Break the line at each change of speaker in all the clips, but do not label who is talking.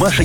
Маша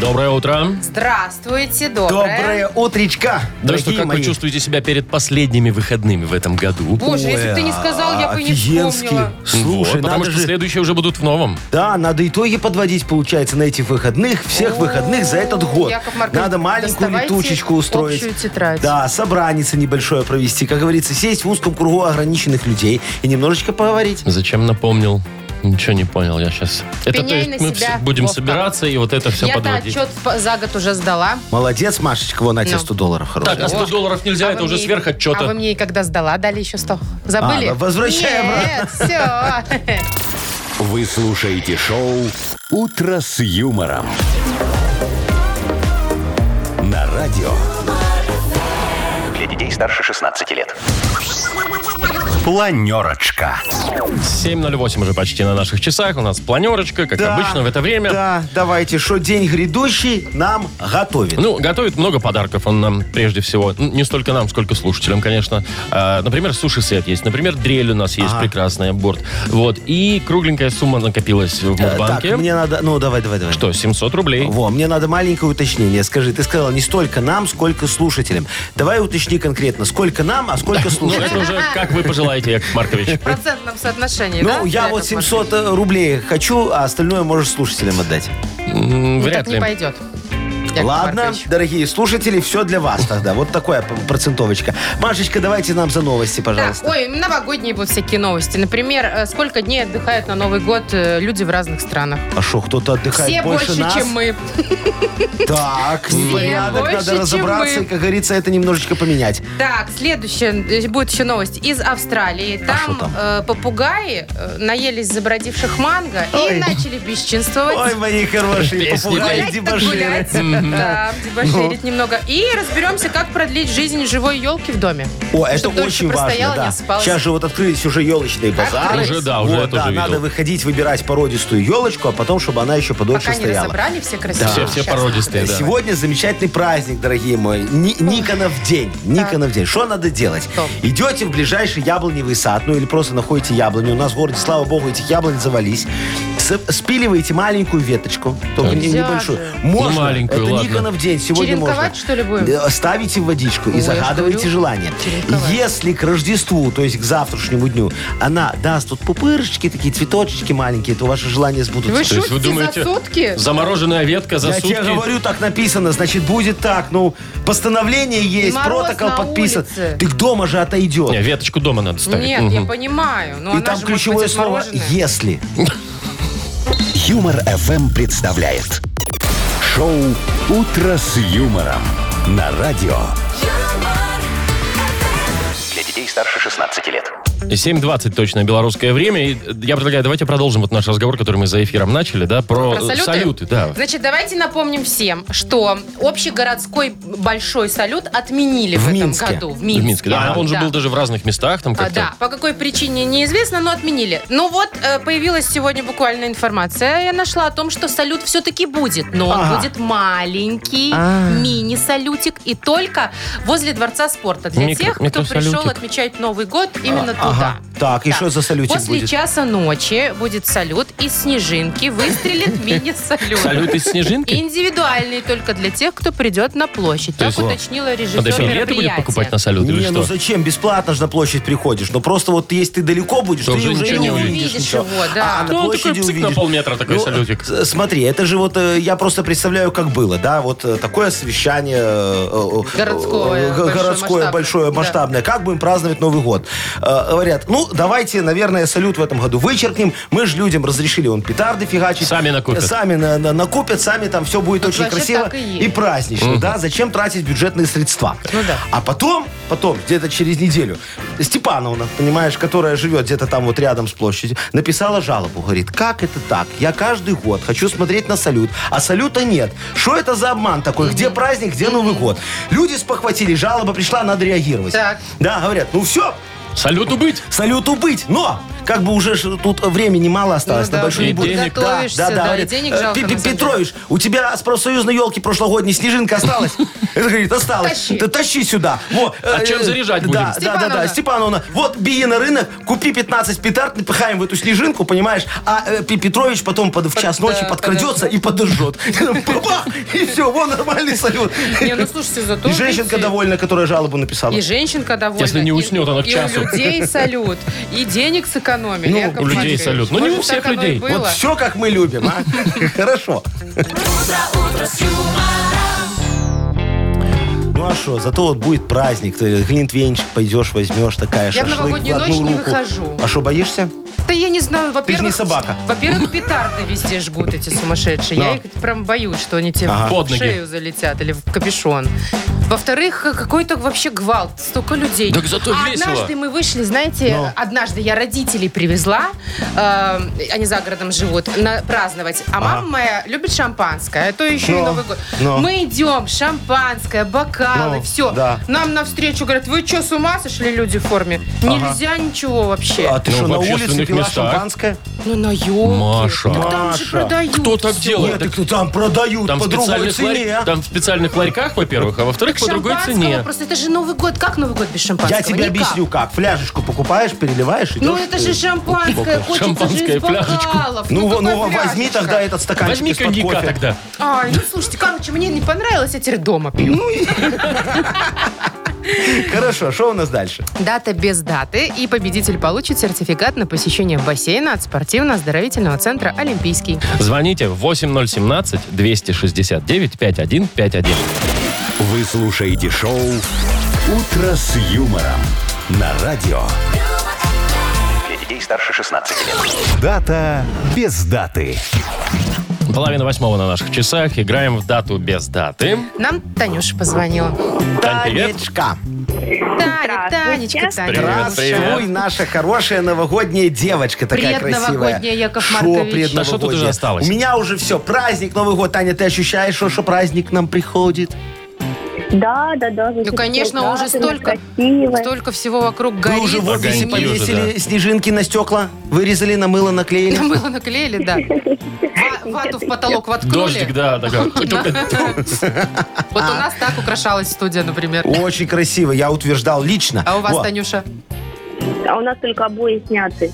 Доброе утро.
Здравствуйте, доброе.
Доброе утречка,
Да что,
дорогие
как вы
мои.
чувствуете себя перед последними выходными в этом году?
Боже, если бы ты не сказал, я бы и не
Офигенски.
вспомнила.
Слушай,
Вот, потому
надо
что
же...
следующие уже будут в новом.
Да, надо итоги подводить, получается, на этих выходных, всех выходных за этот год.
Яков Маркович,
Надо маленькую
доставайте
летучечку устроить.
общую тетрадь.
Да, собраница небольшое провести. Как говорится, сесть в узком кругу ограниченных людей и немножечко поговорить.
Зачем напомнил? Ничего не понял я сейчас. Это то
Пеняй
есть
на
мы
себя,
вс- будем
Вовка.
собираться и вот это все
Я-то
подводить.
отчет по- за год уже сдала.
Молодец, Машечка, вон на тебе
Ну.
100 долларов хороших.
Так, а 100 долларов нельзя,
А
это
вы
уже
мне-
сверх
А вы
отчета.
мне и когда сдала, дали еще 100. Забыли?
А, ну, возвращай
Нет, все.
Вы слушаете шоу «Утро с юмором». На радио. Для детей старше 16 лет. Планерочка.
7.08 уже почти на наших часах. У нас планерочка, как
Да,
обычно в это время.
Да, давайте, что день грядущий нам готовит.
Ну, готовит много подарков он нам, прежде всего. Ну, Не столько нам, сколько слушателям, конечно. А, Например, суши-сет есть. Например, дрель у нас есть прекрасная, борт. Вот. И кругленькая сумма накопилась в
Э, так,
Мудбанке.
мне надо... Ну, давай, давай, давай.
Что, 700 рублей?
Во, мне надо маленькое уточнение. Скажи, ты сказала не столько нам, сколько слушателям. Давай уточни конкретно, сколько нам, а сколько
Ну, это
слушателям.
уже как вы пожелаете, Яков Маркович.
В процентном соотношении, да?
Ну, я
Яков
вот
Маркович?
700 рублей хочу, а остальное можешь слушателям отдать.
М,
Ну,
Вряд
так не
ли.
пойдет. Яков
Ладно,
Маркович.
дорогие слушатели, все для вас тогда. Вот такая п- процентовочка. Машечка, давайте нам за новости,
Так,
пожалуйста.
ой, новогодние будут всякие новости. Например, э, сколько дней отдыхают на Новый год э, люди в разных странах?
А что, кто-то отдыхает
Все
больше,
больше,
нас?
чем мы.
Так, непорядок,
больше,
надо
чем
разобраться
мы.
и, как говорится, это немножечко поменять.
Так, следующая э, будет еще новость из Австралии.
А что
Там,
там?
э, попугаи э, наелись забродивших манго
Ой.
и начали бесчинствовать.
Ой, мои хорошие,
Песни
попугаи,
Гулять так
дебоширы.
гулять. Да, дебоширить
Ну.
немного. И разберемся, как продлить жизнь живой елки в доме.
О, это
Чтоб дольше
очень важно,
простояла, не
да.
осыпалась.
Сейчас же вот открылись уже елочные базары.
Уже, да, уже
Вот,
я тоже видел.
Надо выходить, выбирать породистую елочку, а потом, чтобы она еще подольше
Пока не
стояла.
разобрали все красивые.
Все, все
Сейчас.
породистые, да.
Сегодня замечательный праздник, дорогие мои. Ни- Никонов день. Никонов день. Что надо делать?
Что?
Идете в ближайший яблоневый сад, ну или просто находите яблоню. У нас в городе, слава богу, этих яблонь завались. С- спиливаете маленькую веточку, только не-
Нельзя
небольшую.
же.
Можно.
Ну, маленькую,
Это
ладно.
Никонов день. Сегодня можно.
Черенковать, что ли, будем?
Э, Ставите в водичку
Ой,
и загадывайте
жду.
желание.
Черенковать.
Если к Рождеству, то есть к завтрашнему дню, она даст тут пупырышечки, такие цветочечки маленькие, то ваши желания сбудутся.
Вы
То есть
шутите
вы думаете,
за сутки?
замороженная ветка за
Я
сутки?
тебе говорю, так написано, значит, будет так. Ну, постановление есть,
Мороз
протокол
на
подписан.
улице.
Ты к дома же отойдет.
Не, веточку дома надо ставить.
Нет,
Мгм.
я понимаю. Но
И
Ну, она
там
же может быть
ключевое слово
отмороженная.
«если».
Юмор FM представляет шоу Утро с юмором на радио. Для детей старше 16 лет.
7.20 точно белорусское время. И я предлагаю, давайте продолжим вот наш разговор, который мы за эфиром начали, да, про,
Про
э,
салюты?
да.
Значит, давайте напомним всем, что общегородской большой салют отменили в,
В
этом
Минске.
году. В
В
Минске.
Минске, да. Он же
Да.
был даже в разных местах, там
А,
как-то.
да, по какой причине неизвестно, но отменили. Ну вот, э, появилась сегодня буквально информация. Я нашла о том, что салют все-таки будет, но он
Ага. А.
будет маленький, мини-салютик, и только возле Дворца спорта. Для
Микро-
тех, кто
микросалютик.
пришел отмечать Новый год именно туда.
А, Ага. Так, и
Да.
что за салютик
После
будет?
часа ночи будет салют, и снежинки выстрелит мини-салют.
Салют из снежинки?
Индивидуальный только для тех, кто придет на площадь.
То
Так
есть, о,
А
уточнила режиссер
Подожди, билеты А будет
мероприятия.
покупать на салют или
Не, ну
что?
зачем? Бесплатно же на площадь приходишь. Ну просто вот если ты далеко будешь,
То
ты
уже
уже
ничего не
и не увидишь.
увидишь
ничего.
его, да.
А
Ну,
на
он
площади
такой псик на
увидишь.
полметра такой салютик.
с- Смотри, это же вот э, я просто представляю, как было, да, вот э, такое совещание э,
Городское,
э, э,
большое,
городское
масштабное.
большое
Да.
масштабное. Как будем праздновать Новый год? Э, Говорят, ну давайте, наверное, салют в этом году вычеркнем. Мы же людям разрешили, он петарды фигачить.
Сами накупят.
Э, Сами на- на- накупят, сами там все будет очень
вообще
красиво
так и есть.
и празднично, да? Зачем тратить бюджетные средства?
Ну да.
А потом, потом, где-то через неделю, Степановна, понимаешь, которая живет где-то там вот рядом с площадью, написала жалобу. Говорит, как это так? Я каждый год хочу смотреть на салют, а салюта нет. Что это за обман такой? Где праздник, где Новый год? Люди спохватили, жалоба пришла, надо реагировать.
Так.
Да, говорят, ну все,
Салюту быть!
салюту быть, но Как бы уже ж тут времени мало осталось,
Ну да,
на большой
и
не будет.
денег.
Готовишься, да, и денег
«Э,
жалко,
Пе-
на
Пе-
самом деле».
Петрович, у тебя с профсоюзной елки прошлогодней снежинка осталась? Это говорит, осталась.
Тащи.
Ты тащи сюда. Во,
А
э,
чем
э,
заряжать
да,
будем?
Да, да,
Степановна.
да, Степановна. Вот, беги на рынок, купи 15 петард, напихаем в эту снежинку, понимаешь? А э, Пе- Петрович потом под- в час ночи
да,
подкрадется и подожжет. Бабах! И все, вон нормальный салют.
Не, ну слушайте, зато...
И женщинка
видите,
довольна, которая жалобу написала.
И женщинка довольна.
Если не уснет она к
и,
часу.
И у людей салют. И денег сэкономили.
Ну,
у людей салют. Ну, не у
Может,
всех
так оно и
людей.
было.
Вот все, как мы любим, а? Хорошо. Ну а что, зато вот будет праздник, ты глинтвейнчик пойдешь, возьмешь, такая
Я в
шашлык
новогоднюю
одну
ночь не
руку.
выхожу.
А что, боишься?
Да я не знаю, во-первых...
не собака.
Во-первых, петарды везде жгут эти сумасшедшие. Я
Да.
их прям боюсь, что они тебе
Ага.
Под
в
ноги.
шею залетят или в капюшон. Во-вторых, какой-то вообще гвалт, столько людей.
Так зато
а
весело.
однажды мы вышли, знаете,
Ну.
однажды я родителей привезла, э, они за городом живут, на, праздновать. А мама моя любит шампанское, а то еще и
Ну.
Новый год.
Ну.
Мы идем, шампанское, бокалы,
Ну,
все.
да.
Нам навстречу говорят, вы что, с ума сошли люди в форме? Нельзя ничего вообще.
А ты
Ну,
что,
в
на улице
общественных
пила
местах.
шампанское?
Ну, на елке.
Маша.
Так там же
Маша.
продают.
Кто так
всё.
делает?
ну Нет, так там продают
Там в,
по другой
специальных
цене.
ларь- там в специальных ларьках, во-первых, а во-вторых,
Так
по другой
шампанского
цене.
Просто это же Новый год. Как Новый год без шампанского?
Я тебе
Никак.
объясню как. Фляжечку покупаешь, переливаешь, идешь.
Ну, это же шампанское. Хочется же
Шампанское,
из
Типа, пляжечку.
бокалов.
Ну, во-
какая
ну, возьми
пляжечка?
тогда этот стаканчик
Возьми
из-под
коньяка
кофе.
тогда.
Ай, ну, слушайте, короче, мне не понравилось, я теперь дома пью.
Ну Хорошо, что у нас дальше?
Дата без даты. И победитель получит сертификат на посещение бассейна от спортивно-оздоровительного центра «Олимпийский».
Звоните 8017-269-5151.
Вы слушаете шоу «Утро с юмором» на радио. Для детей старше 16 лет. Дата без даты.
Половина восьмого на наших часах. Играем в дату без даты.
Нам Танюша позвонила.
Тань, привет.
Танечка,
Таня,
Здравствуйте.
Танечка, Таня.
Привет,
здравствуй,
привет.
наша хорошая новогодняя девочка такая красивая.
Предновогодняя, Яков
Шо
Маркович.
предновогодняя?
Да что тут уже осталось?
У меня уже все, праздник, Новый год. Таня, ты ощущаешь, что, что праздник к нам приходит?
Да, да, да.
Ну, конечно, уже столько, столько всего вокруг горит.
Вы уже в офисе
Огоньки уже,
повесили снежинки на стекла, вырезали, на мыло наклеили.
Мыло наклеили, да. Ва- Вату в потолок воткнули.
Дождик, да, такой.
Вот
А.
у нас так украшалась студия, например.
Очень красиво, я утверждал лично.
А у вас,
Вот.
Танюша?
А у нас только обои сняты.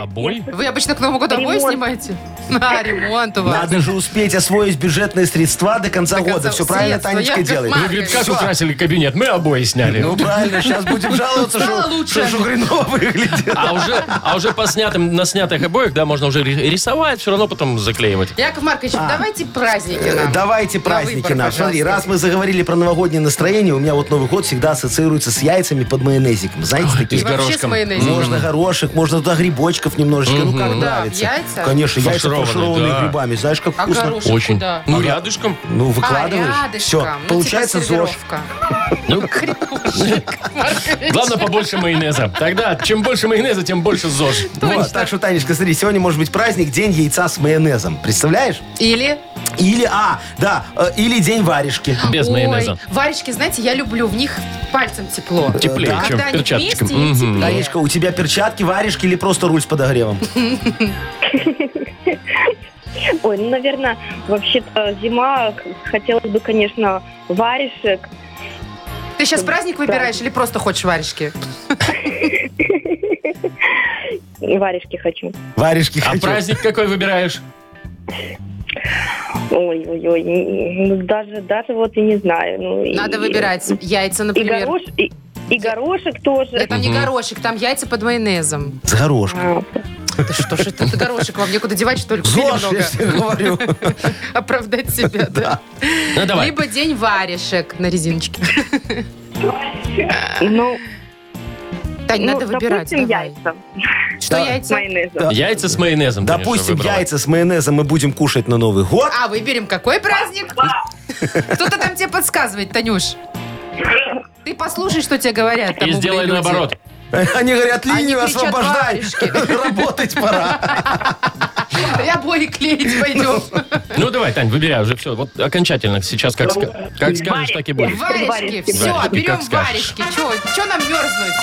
Обои?
Вы обычно к Новому году обои
Ремонт.
снимаете? А, ремонт у вас.
Надо же успеть освоить бюджетные средства до конца
До конца
года. Все правильно
средства,
Танечка
Яков
делает.
Вы, говорит, как
Всё.
украсили кабинет? Мы обои сняли.
Ну правильно, сейчас будем жаловаться,
Стало
что-
лучше.
что ж хреново выглядит.
А уже, а уже по снятым, на снятых обоих, да, можно уже ри- рисовать, все равно потом заклеивать.
Яков Маркович,
А.
давайте праздники нам.
Э, Давайте праздники
выбор,
нам. Смотри,
пожалуйста.
раз мы заговорили про новогоднее настроение, у меня вот Новый год всегда ассоциируется с яйцами под майонезиком. Знаете,
И с
такие?
Вообще с
горошком.
майонезом.
Можно горошек, можно туда грибочков немножечко. Ну, как нравится.
яйца?
Конечно, яйца
Фаршированные,
фаршированные
да.
грибами. Знаешь, как
А
вкусно.
горошек
Очень.
куда?
Ну, рядышком.
Ну,
А,
выкладываешь.
рядышком.
Все,
Ну,
получается
типа
ЗОЖ.
сервировка.
Ну,
Яков Маркович.
главное, побольше майонеза. Тогда чем больше майонеза, тем больше ЗОЖ.
Вот, так что, Танечка, смотри, сегодня может быть праздник День яйца с майонезом. Представляешь?
Или?
Или, а, да, э, или День варежки.
Без
Ой,
майонеза.
Варежки, знаете, я люблю, в них пальцем тепло.
Теплее,
да.
чем
Когда они вместе,
перчаточком.
им
Мгм.
теплее.
Танечка, у тебя перчатки, варежки или просто руль с подогревом?
Ой, ну, наверное, вообще-то зима, к- хотелось бы, конечно, варежек.
Ты сейчас праздник выбираешь или просто хочешь варежки?
И Варежки хочу.
Варежки
А
хочу.
праздник какой выбираешь?
Ой-ой-ой, ну, даже, даже вот и не знаю. Ну, и-
Надо выбирать яйца,
И,
например.
горош, и, и горошек тоже.
Да там не горошек, там яйца под майонезом.
С горошком.
А,
Да что ж это, это горошек, вам некуда девать, что ли? Купили
ЗОЖ,
много.
я ж тебе говорю.
Оправдать себя, да.
Ну, давай.
Либо день варежек на резиночке.
ну,
Тань,
ну,
надо выбирать,
допустим,
давай.
яйца
Что
Да.
с
яйца?
майонезом.
Яйца с майонезом, конечно,
Допустим,
выбрала.
яйца с майонезом мы будем кушать на Новый год.
А, выберем какой праздник? Кто-то там тебе подсказывает, Танюш. Ты послушай, что тебе говорят. там
И
умные
сделай
люди.
наоборот.
Они говорят,
Они
линию
кричат,
освобождай.
«Варежки».
Работать пора.
Я обои клеить пойдем.
Ну, давай, Тань, выбирай уже все. Вот окончательно сейчас как, ска- как скажешь, так и будет.
Варежки,
Варежки.
все,
Варежки,
берем
как скажешь.
варежки. Че нам мерзнуть?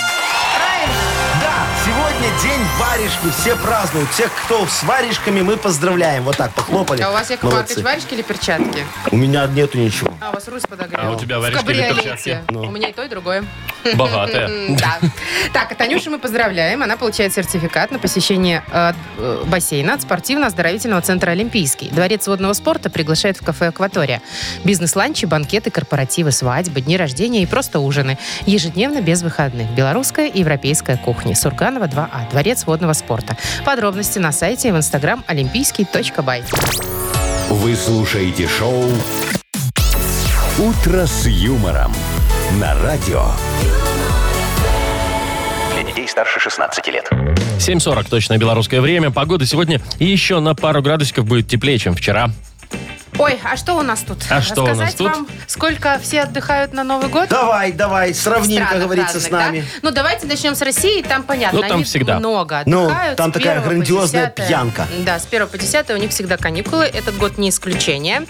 Правильно.
Да, сегодня День варежки все празднуют. Всех, кто с варежками, мы поздравляем. Вот так, похлопали.
А у вас, Яков
Молодцы.
Маркович, варежки или перчатки?
У меня нету ничего.
А, у вас Русь подогрела.
А у тебя
В
варежки или
кабриолете.
перчатки?
У меня и то, и другое.
Богатая.
М, Да. Так, а Танюшу мы поздравляем. Она получает сертификат на посещение э, э, бассейна от спортивно-оздоровительного центра «Олимпийский». Дворец водного спорта приглашает в кафе «Акватория». Бизнес-ланчи, банкеты, корпоративы, свадьбы, дни рождения и просто ужины. Ежедневно без выходных. Белорусская и европейская кухни. Сурганова 2А. Дворец водного спорта. Подробности на сайте и в инстаграм олимпийский.бай.
Вы слушаете шоу «Утро с юмором» на радио. Для детей старше 16 лет.
7.40 точно белорусское время. Погода сегодня еще на пару градусиков будет теплее, чем вчера.
Ой, а что у нас тут?
А что у нас
Рассказать
тут?
вам, сколько все отдыхают на Новый год?
Давай, давай, сравним, как
странах
говорится, с
разных, да?
нами.
Ну, давайте начнем с России, там понятно.
Ну, там
они
всегда.
много
Ну,
отдыхают.
там
С
такая
1 по
грандиозная
10.
пьянка.
Да, с 1 по 10 у них всегда каникулы, этот год не исключение.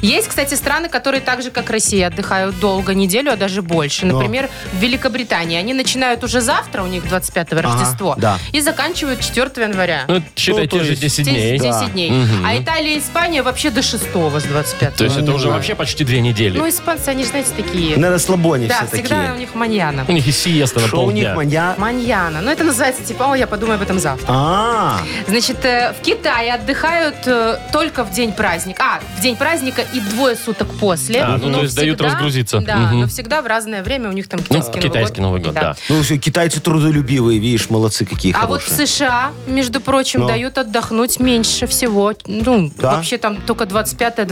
Есть, кстати, страны, которые так же, как Россия, отдыхают долго, неделю, а даже больше.
Но.
Например, в Великобритании. Они начинают уже завтра, у них 25 Рождество,
да.
и заканчивают 4 января.
Ну, это, считай,
Ну, то
те же
есть
10
10
дней.
10 дней.
Мгм.
А Италия и Испания вообще до 6 с 25
То есть
Ну
это уже вообще почти две недели.
Ну, испанцы, они же, знаете, такие...
На расслабоне
да,
все
всегда у
такие.
них маньяна.
У них и сиеста на
Шо у них
полдня.
манья...
Маньяна. Ну, это называется типа, о, я подумаю об этом завтра.
А,
Значит, э, в Китае отдыхают э, только в день праздника. А, в день праздника и двое суток после.
А, ну,
Но
то есть дают
всегда-
разгрузиться.
Да,
Мгм. Ну,
но всегда в разное время у них там китайский, Новый,
китайский
год.
Новый год, да.
ну все, китайцы трудолюбивые, видишь, молодцы какие
А вот
хорошие.
в США, между прочим,
Но.
дают отдохнуть меньше всего. Ну,
Да?
вообще там только 25-26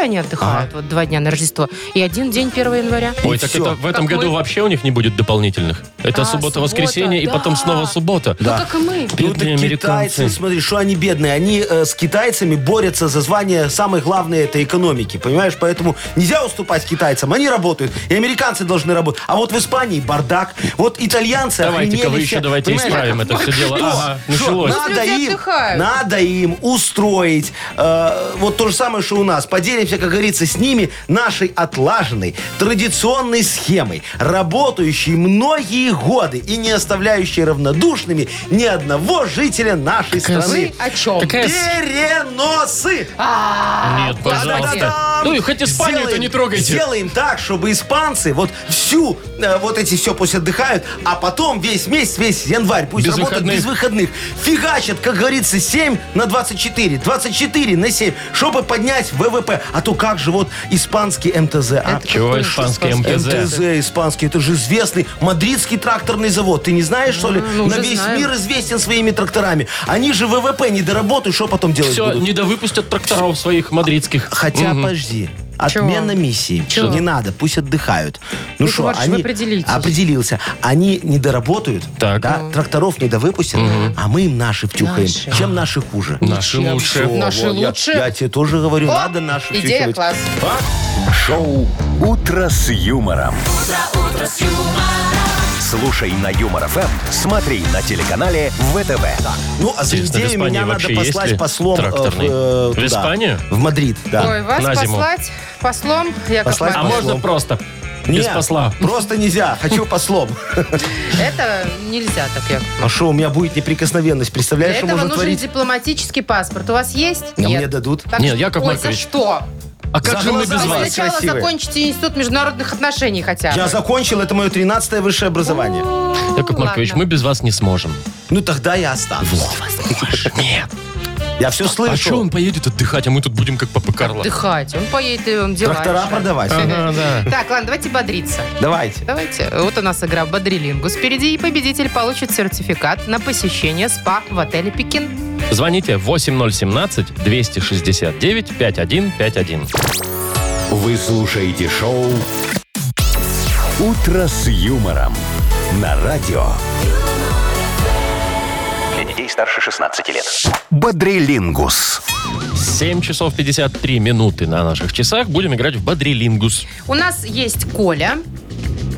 они отдыхают, вот два дня на Рождество. И один день 1 января.
Ой,
И
так
всё.
это в этом
Какой?
году вообще у них не будет дополнительных. Это
А,
суббота-воскресенье и
суббота,
потом
да.
снова суббота.
Ну, как и мы.
Ну, так
Бедные американцы.
китайцы, смотри, что они бедные. Они э, с китайцами борются за звание самой главной этой экономики, понимаешь? Поэтому нельзя уступать китайцам. Они работают, и американцы должны работать. А вот в Испании бардак. Вот итальянцы
Давайте-ка вы
охренели
еще
все.
давайте
Понимаешь,
исправим это все дело.
Что?
Ага,
Что?
началось.
Ну,
Надо
люди
им,
отдыхают.
надо им устроить э, вот то же самое, что у нас. Поделимся, как говорится, с ними нашей отлаженной, традиционной схемой, работающей многие годы и не оставляющей равнодушными ни одного жителя нашей страны.
Вы о чем?
Какая с-
Переносы!
Нет, пожалуйста.
Та-дам!
Ну и хоть Испанию-то
Сделаем-
не трогайте.
Сделаем так, чтобы испанцы вот всю, э, вот эти все пусть отдыхают, а потом весь месяц, весь январь пусть
Без
работают
выходных.
без выходных. Фигачат, как говорится, 7 на 24, 24 на 7, чтобы поднять ВВП. А то как же вот испанский МТЗ, а?
Это
Чего
какой же
испанский
испанский?
МТЗ?
МТЗ испанский, это же известный мадридский тракторный завод. Ты не знаешь, что ли?
ну,
На
уже
весь
знаем.
мир известен своими тракторами. Они же ВВП не доработают, что потом делать
Все,
будут?
не довыпустят тракторов своих мадридских.
Хотя,
Мгм.
подожди. Отмена миссии.
Чего?
Не надо, пусть отдыхают. Ну
Яков
что,
Маркович, вы
они...
определитесь.
Определился. Они не доработают,
Так.
да, тракторов не довыпустят, а мы им наши втюхаем.
Наши.
Чем наши хуже?
Наши
Чем?
лучше.
Во,
Наши
вот, я-
лучше?
Я, тебе тоже говорю,
О,
надо наши
Идея
втюхивать.
класс.
Шоу «Утро с юмором». Слушай на Юмор ФМ, смотри на телеканале ВТВ.
Ну, а за
Интересно, в
идею
Испании
меня надо
вообще есть ли
послать послом э,
тракторный?
в, э,
В
туда,
Испанию?
В Мадрид, да.
Ой, вас
На зиму.
послать послом, Яков
Послать
А
Маркович.
послом.
можно просто
Не,
без посла?
Просто нельзя. Хочу послом.
Это нельзя так, Яков
А что, у меня будет неприкосновенность,
Для
представляешь, что
этого
можно
нужен
творить?
дипломатический паспорт. У вас есть?
А мне дадут.
Так
Нет,
что-
Яков
Ой,
Маркович.
за что?
А как
За
же мы
глаза
без
Вы
вас.
вас?
сначала
красивые.
закончите институт международных отношений хотя бы.
Я закончил, это мое 13 высшее образование.
Ну,
Яков Маркович, мы
ладно.
без вас не сможем.
Ну тогда я останусь.
Нет.
Я все слышу.
А что он поедет отдыхать, а мы тут будем как Папа Карло?
Отдыхать. Он поедет, и он дела.
Трактора
решает.
продавать.
Ага, да.
Так, ладно, давайте бодриться.
Давайте.
Давайте. Вот у нас игра «Бодрилингус» впереди, и победитель получит сертификат на посещение СПА в отеле «Пекин».
Звоните 8017-269-5151.
Вы слушаете шоу «Утро с юмором» на радио. Для детей старше 16 лет. Бодрилингус.
7 часов 53 минуты на наших часах. Будем играть в Бодрилингус.
У нас есть Коля.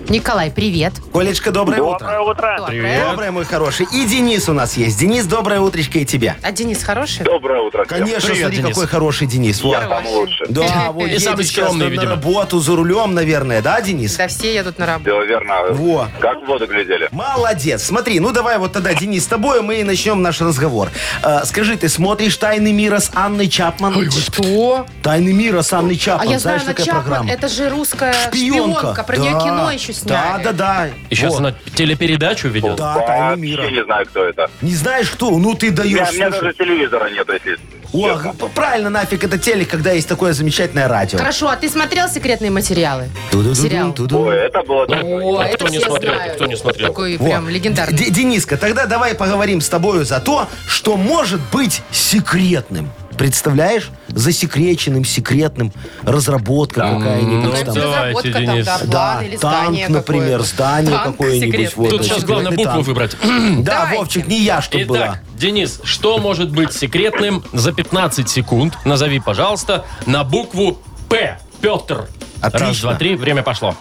Николай, привет.
Колечка, доброе утро.
утро.
Доброе.
Доброе, мой хороший. И Денис у нас есть. Денис, доброе утречко и тебе.
А Денис хороший?
Доброе утро. всем.
Конечно,
Привет,
смотри,
Денис.
какой хороший Денис. Вот.
Я там лучше.
Да, вот
И
едет
самый
сейчас
скромный,
на- на
видимо.
работу за рулем, наверное, да, Денис?
Да все едут на работу.
Дело верно.
Во.
Как в воду глядели?
Молодец. Смотри, ну давай вот тогда, Денис, с тобой мы и начнем наш разговор. Э, скажи, ты смотришь «Тайны мира» с Анной Чапман?
Что?
«Тайны мира» с Анной
А
Чапман.
я знаю,
Знаешь,
она
такая
Чапман,
программа?
это же русская э, шпионка. Про
Да.
нее кино еще сняли.
Да, да, да.
И сейчас
Вот.
она телепередачу ведет.
Да, «Тайны
Вообще
А мира».
не знаю, кто это.
Не знаешь, кто? Ну ты даешь.
Я- У меня
слушай.
даже телевизора нет, если
О,
честно.
г- правильно, нафиг это телек, когда есть такое замечательное радио.
Хорошо, а ты смотрел секретные материалы?
Ту-ду-ду-ду,
Сериал.
ту-ду.
Ой, это было...
О,
А
это
кто не
все
смотрел,
знают.
кто не смотрел?
Такой
Во.
прям легендарный.
Д- Дениска, тогда давай поговорим с тобою за то, что может быть секретным. Представляешь? Засекреченным, секретным. Разработка
ну,
какая-нибудь
Прям
там.
да.
разработка там,
Давайте,
да,
Денис.
план или
танк,
здание
например,
какое-то.
здание
Танк
какое-нибудь.
секретный.
Вот,
Тут сейчас
секретный
главное букву
танк.
выбрать.
Да,
Давайте.
Вовчик, не я, чтоб была.
Итак, Денис, что может быть секретным за 15 секунд? Назови, пожалуйста, на букву П. Петр. Раз,
Отлично.
два, три, время пошло.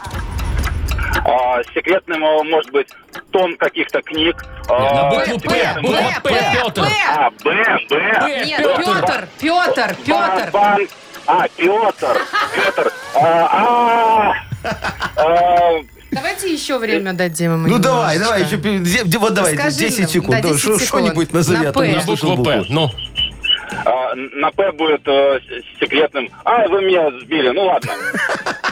А, секретным а, может быть тон каких-то книг.
Нет, на
А,
букву П.
секретным-
Буква
П,
П,
П,
Петр.
П.
А, Б, Б.
Нет, Петр, Петр,
Ба-
Петр.
бан- А, Петр. Петр. А, а, а,
Давайте еще время дадим ему
Ну давай,
немножечко.
давай, еще пи- де- де- вот давай,
Скажи
10
нам,
секунд.
да,
Давай,
10
шо-
секунд.
Что-нибудь назови,
На
а то
«П».
не
На
слышал
букву П.
букву.
Ну,
а, На П будет э, с- секретным. А, вы меня сбили. Ну ладно.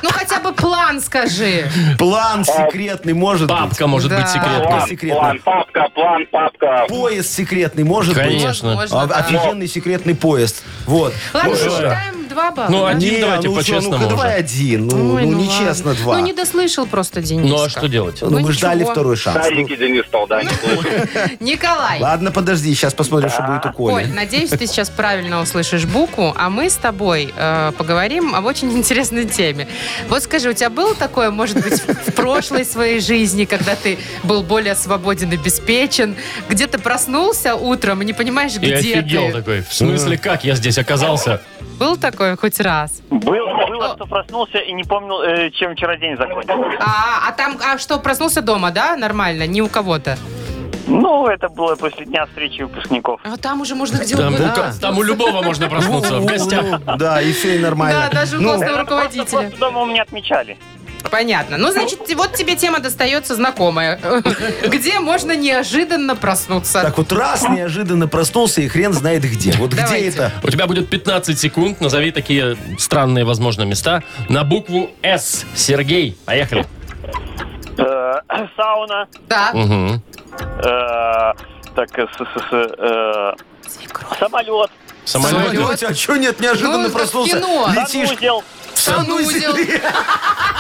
Ну хотя бы план скажи.
Э,
План секретный может быть.
папка может
Да.
быть секретной.
План,
секретно.
план, папка, план, папка.
Поезд секретный может быть.
Конечно.
Возможно,
А-
да.
Офигенный секретный поезд. Вот.
Ладно,
Ой,
считаем два балла.
Ну,
да?
один
Не,
давайте
ну всё,
по-честному
Ну,
уже.
давай один. Ну,
Ой,
ну,
ладно.
нечестно два.
Ну не дослышал просто Денис.
Ну а что делать?
Ну,
Ну,
мы ждали
ничего.
второй шанс. Ну,
Старенький Денис стал, да, не слышал.
а
Николай.
ладно, подожди, сейчас посмотрим, что будет у
Коль,
Коли.
надеюсь, ты сейчас правильно услышишь букву, а мы с тобой э, поговорим об очень интересной теме. Вот скажи, у тебя было такое, может быть, в прошлой своей жизни, когда ты был более свободен и обеспечен, где ты проснулся утром и не понимаешь,
И
где
офигел
ты?
такой. В смысле, как я здесь оказался?
Был такое хоть раз?
Было, было, что проснулся и не помнил, э, чем вчера день закончился.
А, а там, а что, проснулся дома, да? Нормально, не у кого-то.
Ну, это было после дня встречи выпускников.
А там уже можно где
Там,
угодно.
у ка- там у любого можно проснуться в гостях.
Да, и все и
ну, Да,
нормально.
даже у
Ну,
классного
Просто,
руководителя.
просто дома у меня отмечали.
Понятно. Ну, значит, вот тебе тема достается знакомая. Где можно неожиданно проснуться?
Так вот раз неожиданно проснулся и хрен знает где. Вот
Давайте.
где это?
У тебя будет 15 секунд. Назови такие странные, возможно, места. На букву С. Сергей, поехали.
Э, сауна.
Да.
Мгм.
э, так, э, с- с- с- э, самолет.
Самолет.
Самолет.
Самолете, а что нет, неожиданно
Ну, как в
проснулся?
кино.
Летишь.
Санузел.
в санузел.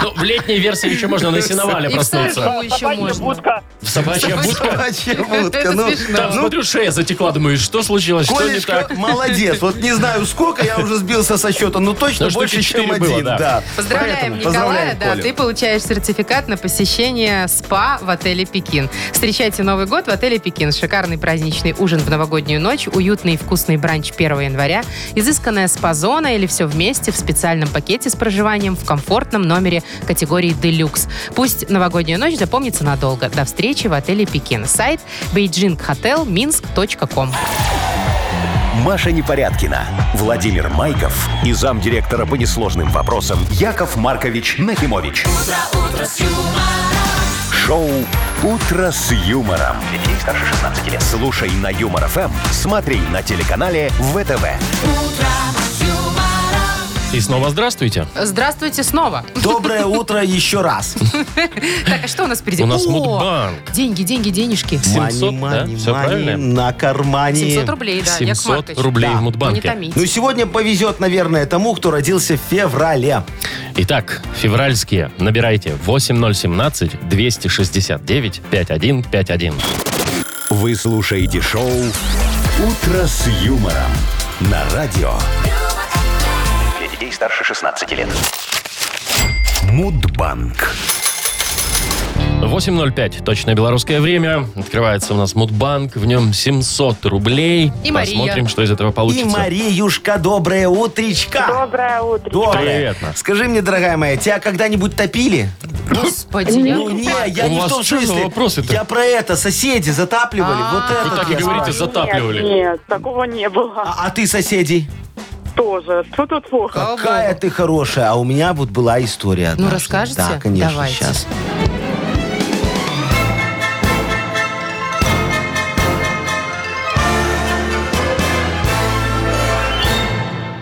Ну, в летней версии еще можно на сеновале
И в
проснуться.
сарку еще
Собачья
можно.
будка.
В собачья будка.
Собачья
Это
будка. Ну,
смешно.
Там, смотрю, шея затекла. Думаю, что случилось, что не
Колечка,
так?
молодец. Вот не знаю сколько, я уже сбился со счета, но точно
Ну, штуки
больше, чем
четыре было,
один.
да.
да.
Поздравляем
Поэтому
Николая,
поздравляем
да,
Колю.
ты получаешь сертификат на посещение СПА в отеле Пекин. Встречайте Новый год в отеле Пекин. Шикарный праздничный ужин в новогоднюю ночь, уютный и вкусный бранч 1 января, изысканная СПА-зона или все вместе в специальном пакете с проживанием в комфортном номере категории «Делюкс». Пусть новогодняя ночь запомнится надолго. До встречи в отеле Пекин. Сайт beijinghotelminsk.com
Маша Непорядкина, Владимир Майков и замдиректора по несложным вопросам Яков Маркович Нахимович. Шоу Утро с юмором. Детей старше 16 лет. Слушай на юмор ФМ, смотри на телеканале ВТВ.
И снова здравствуйте.
Здравствуйте снова.
Доброе утро еще раз.
Так, а что у нас впереди?
У нас
О,
Мудбанк.
Деньги, деньги, денежки.
700, да?
Мани,
Все
мани,
правильно?
На кармане.
700 рублей, да, Яков
700
Маркович.
рублей
Да.
в
Ну, Не
Мудбанке.
томите.
Ну, сегодня повезет, наверное, тому, кто родился в феврале.
Итак, февральские. Набирайте 8017-269-5151.
Вы слушаете шоу Утро с юмором на радио. Для детей старше 16 лет. Мудбанк.
8.05, точное белорусское время. Открывается у нас Мудбанк, в нем 700 рублей.
И Мария.
Посмотрим, что из этого
И
получится.
Мариюшка, доброе утречка.
Доброе утро.
Доброе.
Привет, Маш.
Скажи мне, дорогая моя, тебя когда-нибудь топили?
Господи, я-
Ну, не, я
У
не в
вас
том
что за
смысле.
вопросы-то?
Я про это, соседи затапливали. Вот
А,
это.
Вы так и
я
говорите,
спрашиваю.
затапливали.
Нет, нет, такого не было
А а ты соседей?
тоже. Что тут плохо?
Слава
Какая
богу.
ты хорошая. А у меня вот была история одна.
Ну, расскажете?
Да, конечно,
Давайте.
сейчас.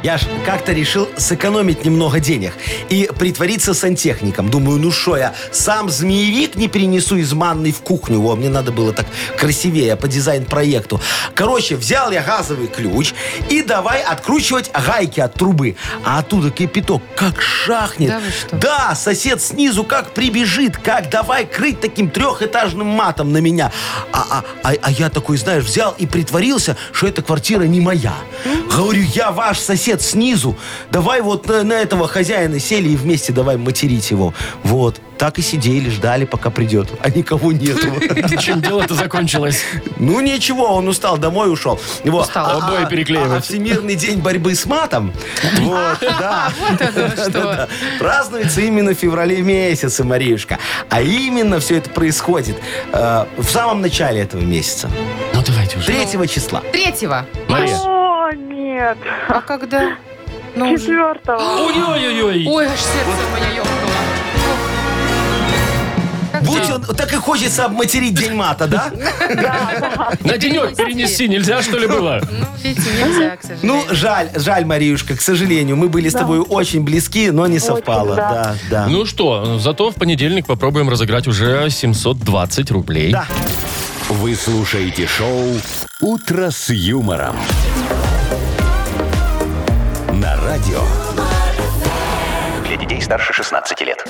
Я ж как-то решил сэкономить немного денег и притвориться сантехником. Думаю, ну что я сам змеевик не перенесу из манной в кухню. Во, мне надо было так красивее по дизайн-проекту. Короче, взял я газовый ключ и давай откручивать гайки от трубы. А оттуда кипяток как шахнет.
Да вы что?
Да, сосед снизу как прибежит, как давай крыть таким трехэтажным матом на меня. А, а- а- а я такой, знаешь, взял и притворился, что эта квартира не моя. Говорю, я ваш сосед снизу. Давай вот на, на этого хозяина сели и вместе давай материть его. Вот. Так и сидели, ждали, пока придет. А никого нету.
Чем дело-то закончилось?
Ну ничего, он устал, домой ушел. Вот.
Устал.
А- а-
Обои
а-
переклеивать.
а Всемирный день борьбы с матом. Вот, да.
Вот оно что.
Да-да. Празднуется именно в феврале месяце, Мариюшка. А именно все это происходит э, в самом начале этого месяца.
Ну, давайте уже.
3 числа.
Третьего.
Мария.
О, нет.
А когда? Ну, уже.
Четвертого.
Ой-ой-ой.
Ой, аж сердце у меня ёкнуло. Как
Будь
день.
он, так и хочется обматерить День мата, да?
На денек перенеси, нельзя, что ли, было?
Ну, видите, нельзя, к
Ну,
сожалению.
жаль, жаль, Мариюшка, к сожалению. Мы были с тобой очень близки, но не совпало. Да,
да.
да.
Ну что, зато в понедельник попробуем разыграть уже 720 рублей.
Да.
Вы слушаете шоу «Утро с юмором». На радио. Для детей старше 16 лет.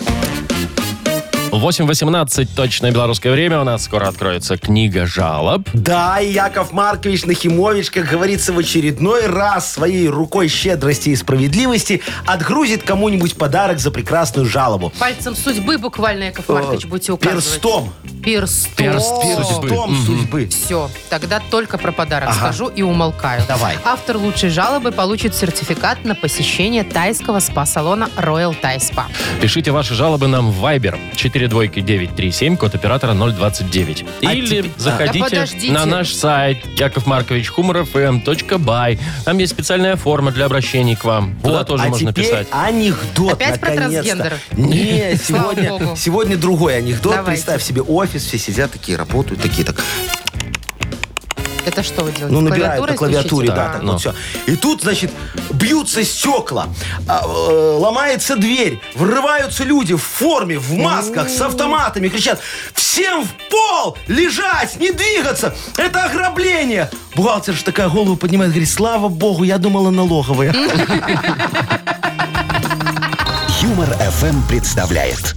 8.18, точное белорусское время. У нас скоро откроется книга жалоб.
Да, и Яков Маркович Нахимович, как говорится, в очередной раз своей рукой щедрости и справедливости отгрузит кому-нибудь подарок за прекрасную жалобу.
Пальцем судьбы буквально, Яков Маркович,
Э,
будете указывать.
Перстом.
Перстом.
Перст- перст-
Перстом
Мгм.
судьбы.
Все, тогда только про подарок
Ага.
скажу и умолкаю.
Давай.
Автор лучшей жалобы получит сертификат на посещение тайского спа-салона Royal Thai Spa.
Пишите ваши жалобы нам в Viber 42937, код оператора 029.
А
Или
теперь-
Да
заходите
подождите.
на наш сайт Яков Маркович humorfm.by. Там есть специальная форма для обращений к вам. Туда
Вот,
тоже
а
можно
теперь
писать.
анекдот,
Опять про
наконец-то.
трансгендеров?
Не,
Слава богу.
сегодня, сегодня другой анекдот.
Давайте.
Представь себе офис, все сидят такие, работают, такие так.
Это что вы делаете?
Ну, набирают на клавиатуре,
стучите?
да,
А,
так
ну.
вот все. И тут, значит, бьются стекла, а, э, ломается дверь, врываются люди в форме, в масках, с автоматами, кричат, всем в пол, лежать, не двигаться, это ограбление. Бухгалтер же такая голову поднимает, говорит, слава богу, я думала налоговая.
Юмор FM представляет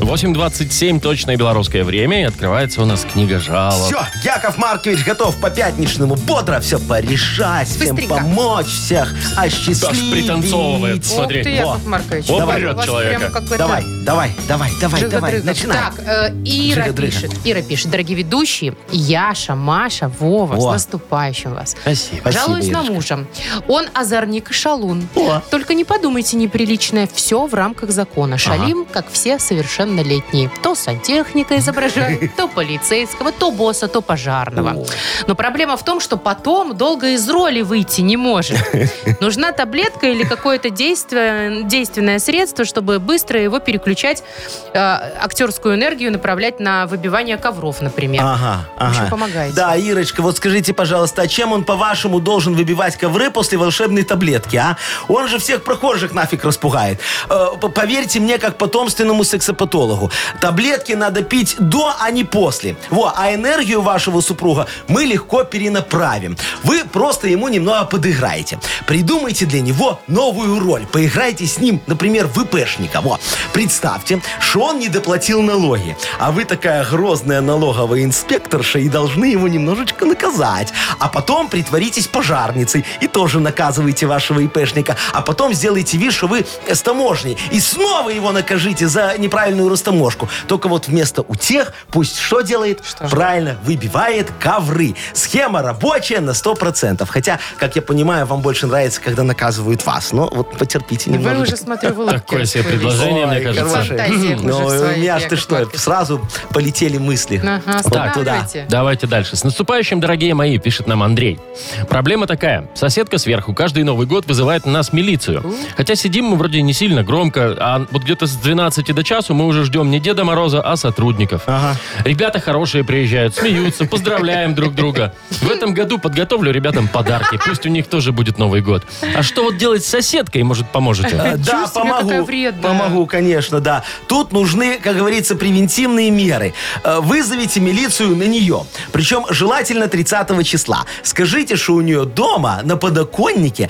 8.27, точное белорусское время, и открывается у нас книга жалоб.
Все, Яков Маркович готов по пятничному бодро все порешать, всем
Быстренько.
помочь, всех
Аж
осчастливить.
пританцовывает, смотри.
Ух ты,
Во.
Яков Маркович.
Во,
Давай.
прет
У вас
человека.
прям какой-то
Давай, давай, давай, давай, давай,
Жига-дрыга.
начинай.
Так, э, Ира
Жига-дрыга.
пишет. Ира пишет. Дорогие ведущие, Яша, Маша, Вова,
Во.
с наступающим вас.
Спасибо.
Жалуюсь на
Ирочка.
мужа. Он озорник и шалун. Только не подумайте неприличное. Все в рамках закона. Шалим, как все совершеннолетние. То сантехника изображает, то полицейского, то босса, то пожарного. Но проблема в том, что потом долго из роли выйти не может. Нужна таблетка или какое-то действие, действенное средство, чтобы быстро его переключать, э, актерскую энергию направлять на выбивание ковров, например.
Ага,
общем,
ага.
помогаете.
Да, Ирочка, вот скажите, пожалуйста, а чем он, по-вашему, должен выбивать ковры после волшебной таблетки, а? Он же всех прохожих нафиг распугает. Э, п- поверьте мне, как потомственному сексопату, дерматологу. Таблетки надо пить до, а не после. Во, а энергию вашего супруга мы легко перенаправим. Вы просто ему немного подыграете. Придумайте для него новую роль. Поиграйте с ним, например, в ИПшника. Во. Представьте, что он не доплатил налоги, а вы такая грозная налоговая инспекторша и должны его немножечко наказать. А потом притворитесь пожарницей и тоже наказывайте вашего ИПшника. А потом сделайте вид, что вы с таможней. И снова его накажите за неправильную растаможку. Только вот вместо утех пусть что делает?
Что же?
Правильно, выбивает ковры. Схема рабочая на 100%. Хотя, как я понимаю, вам больше нравится, когда наказывают вас. Но вот потерпите
Вы
немножечко.
уже, смотрю, в улыбке
Такое себе
расплылись.
предложение, мне
Ой,
кажется.
хорошо.
Фантазия уже
Ну,
в своей,
у меня ж ты
Яков
что,
Маркович.
сразу полетели мысли.
Ага,
Вот туда.
останавливайте.
Давайте дальше. С наступающим, дорогие мои, пишет нам Андрей. Проблема такая. Соседка сверху каждый Новый год вызывает на нас милицию. Хотя сидим мы вроде не сильно громко, а вот где-то с 12 до часу мы уже ждем не Деда Мороза, а сотрудников. Ребята хорошие приезжают, смеются, поздравляем друг друга. В этом году подготовлю ребятам подарки. Пусть у них тоже будет Новый год. А что вот делать с соседкой, может, поможете?
Э, Да,
Чувствую, какая вредная.
Помогу, конечно, да. Тут нужны, как говорится, превентивные меры. Э, Вызовите милицию на нее. Причем желательно 30 числа. Скажите, что у нее дома на подоконнике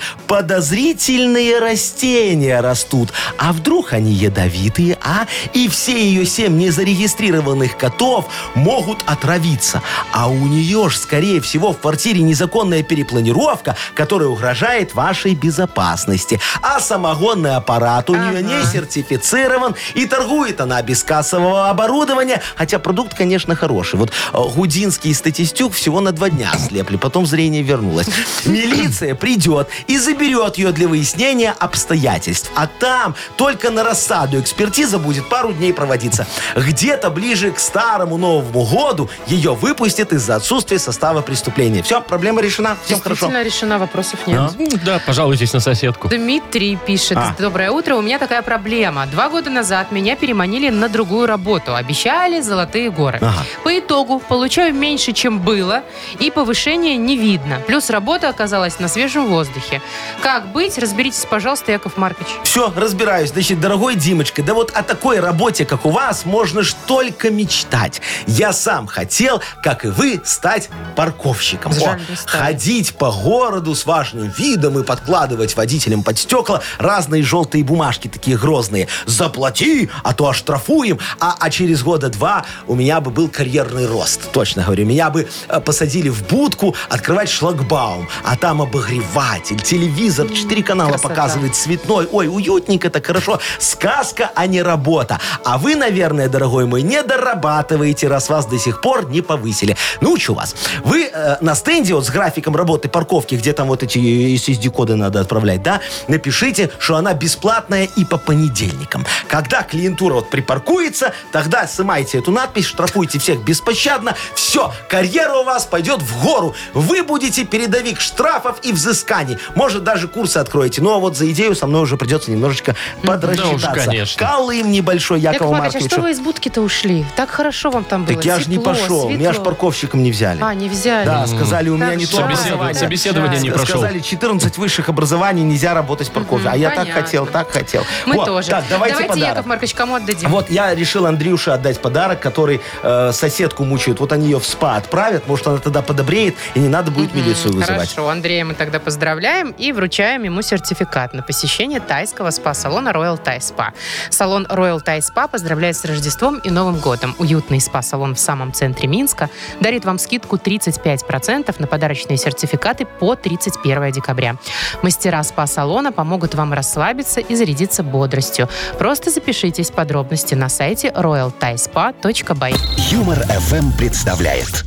подозрительные растения растут. А вдруг они ядовитые, а? И все ее семь незарегистрированных котов могут отравиться. А у нее ж, скорее всего, в квартире незаконная перепланировка, которая угрожает вашей безопасности. А самогонный аппарат у нее не сертифицирован, и торгует она без кассового оборудования, хотя продукт, конечно, хороший. Вот э, Гудинский и Статистюк всего на два дня слепли, потом зрение вернулось. Милиция придет и заберет ее для выяснения обстоятельств. А там только на рассаду экспертиза будет пару дней проводиться. Где-то ближе к старому Новому году ее выпустят из-за отсутствия состава преступления. Все, проблема решена. Всем хорошо.
Действительно решена, вопросов нет.
Ну, Да, пожалуйтесь на соседку.
Дмитрий пишет.
А.
Доброе утро. У меня такая проблема. Два года назад меня переманили на другую работу. Обещали золотые горы. По итогу получаю меньше, чем было, и повышения не видно. Плюс работа оказалась на свежем воздухе. Как быть? Разберитесь, пожалуйста, Яков Маркович.
Все, разбираюсь. Значит, дорогой Димочка, да вот о такой работе, как у вас, можно ж только мечтать. Я сам хотел, как и вы, стать парковщиком.
Жаль, не стали.
ходить по городу с важным видом и подкладывать водителям под стекла разные желтые бумажки, такие грозные. Заплати, а то оштрафуем. А, а через года два у меня бы был карьерный рост. Точно говорю, меня бы э, посадили в будку открывать шлагбаум, а там обогреватель, телевизор, четыре канала
красота.
показывает и цветной. Ой, уютненько так хорошо. Сказка, а не работа. А вы, наверное, дорогой мой, не дорабатываете, раз вас до сих пор не повысили. Научу вас. Вы э, на стенде вот с графиком работы парковки, где там вот эти э, SSD-коды надо отправлять, да, напишите, что она бесплатная и по понедельникам. Когда клиентура вот припаркуется, тогда снимайте эту надпись, штрафуйте всех беспощадно. Все, карьера у вас пойдет в гору. Вы будете передовик штрафов и взысканий. Может, даже курсы откроете. Ну, а вот за идею со мной уже придется немножечко подрасчитаться.
конечно.
Колым небольшой
Яков
Якову
Маркович, а что
Марковичу.
вы из будки-то ушли? Так хорошо вам там было.
Так я же не
Тепло,
пошел. Меня ж
светло.
парковщиком не взяли.
А, не взяли.
Да, сказали, у меня
Так
не то
жаль.
Собеседование,
образование.
собеседование не
Ск-
прошел.
Сказали, 14 высших образований нельзя работать парковщиком. А я так
понятно.
хотел, так хотел.
Мы
Вот,
тоже.
Так, давайте, подарок.
Яков Маркович, кому отдадим?
Вот я решил Андрюше отдать подарок, который э, соседку мучает. Вот они ее в спа отправят, может, она тогда подобреет, и не надо будет милицию вызывать.
Хорошо, Андрея мы тогда поздравляем и вручаем ему сертификат на посещение тайского спа-салона Royal Thai Spa. Салон Royal Thai Spa поздравляет с Рождеством и Новым годом. Уютный спа-салон в самом центре Минска дарит вам скидку 35% на подарочные сертификаты по 31 декабря. Мастера спа-салона помогут вам расслабиться и зарядиться бодростью. Просто запишитесь подробности на сайте royalthaispa.by.
Юмор FM представляет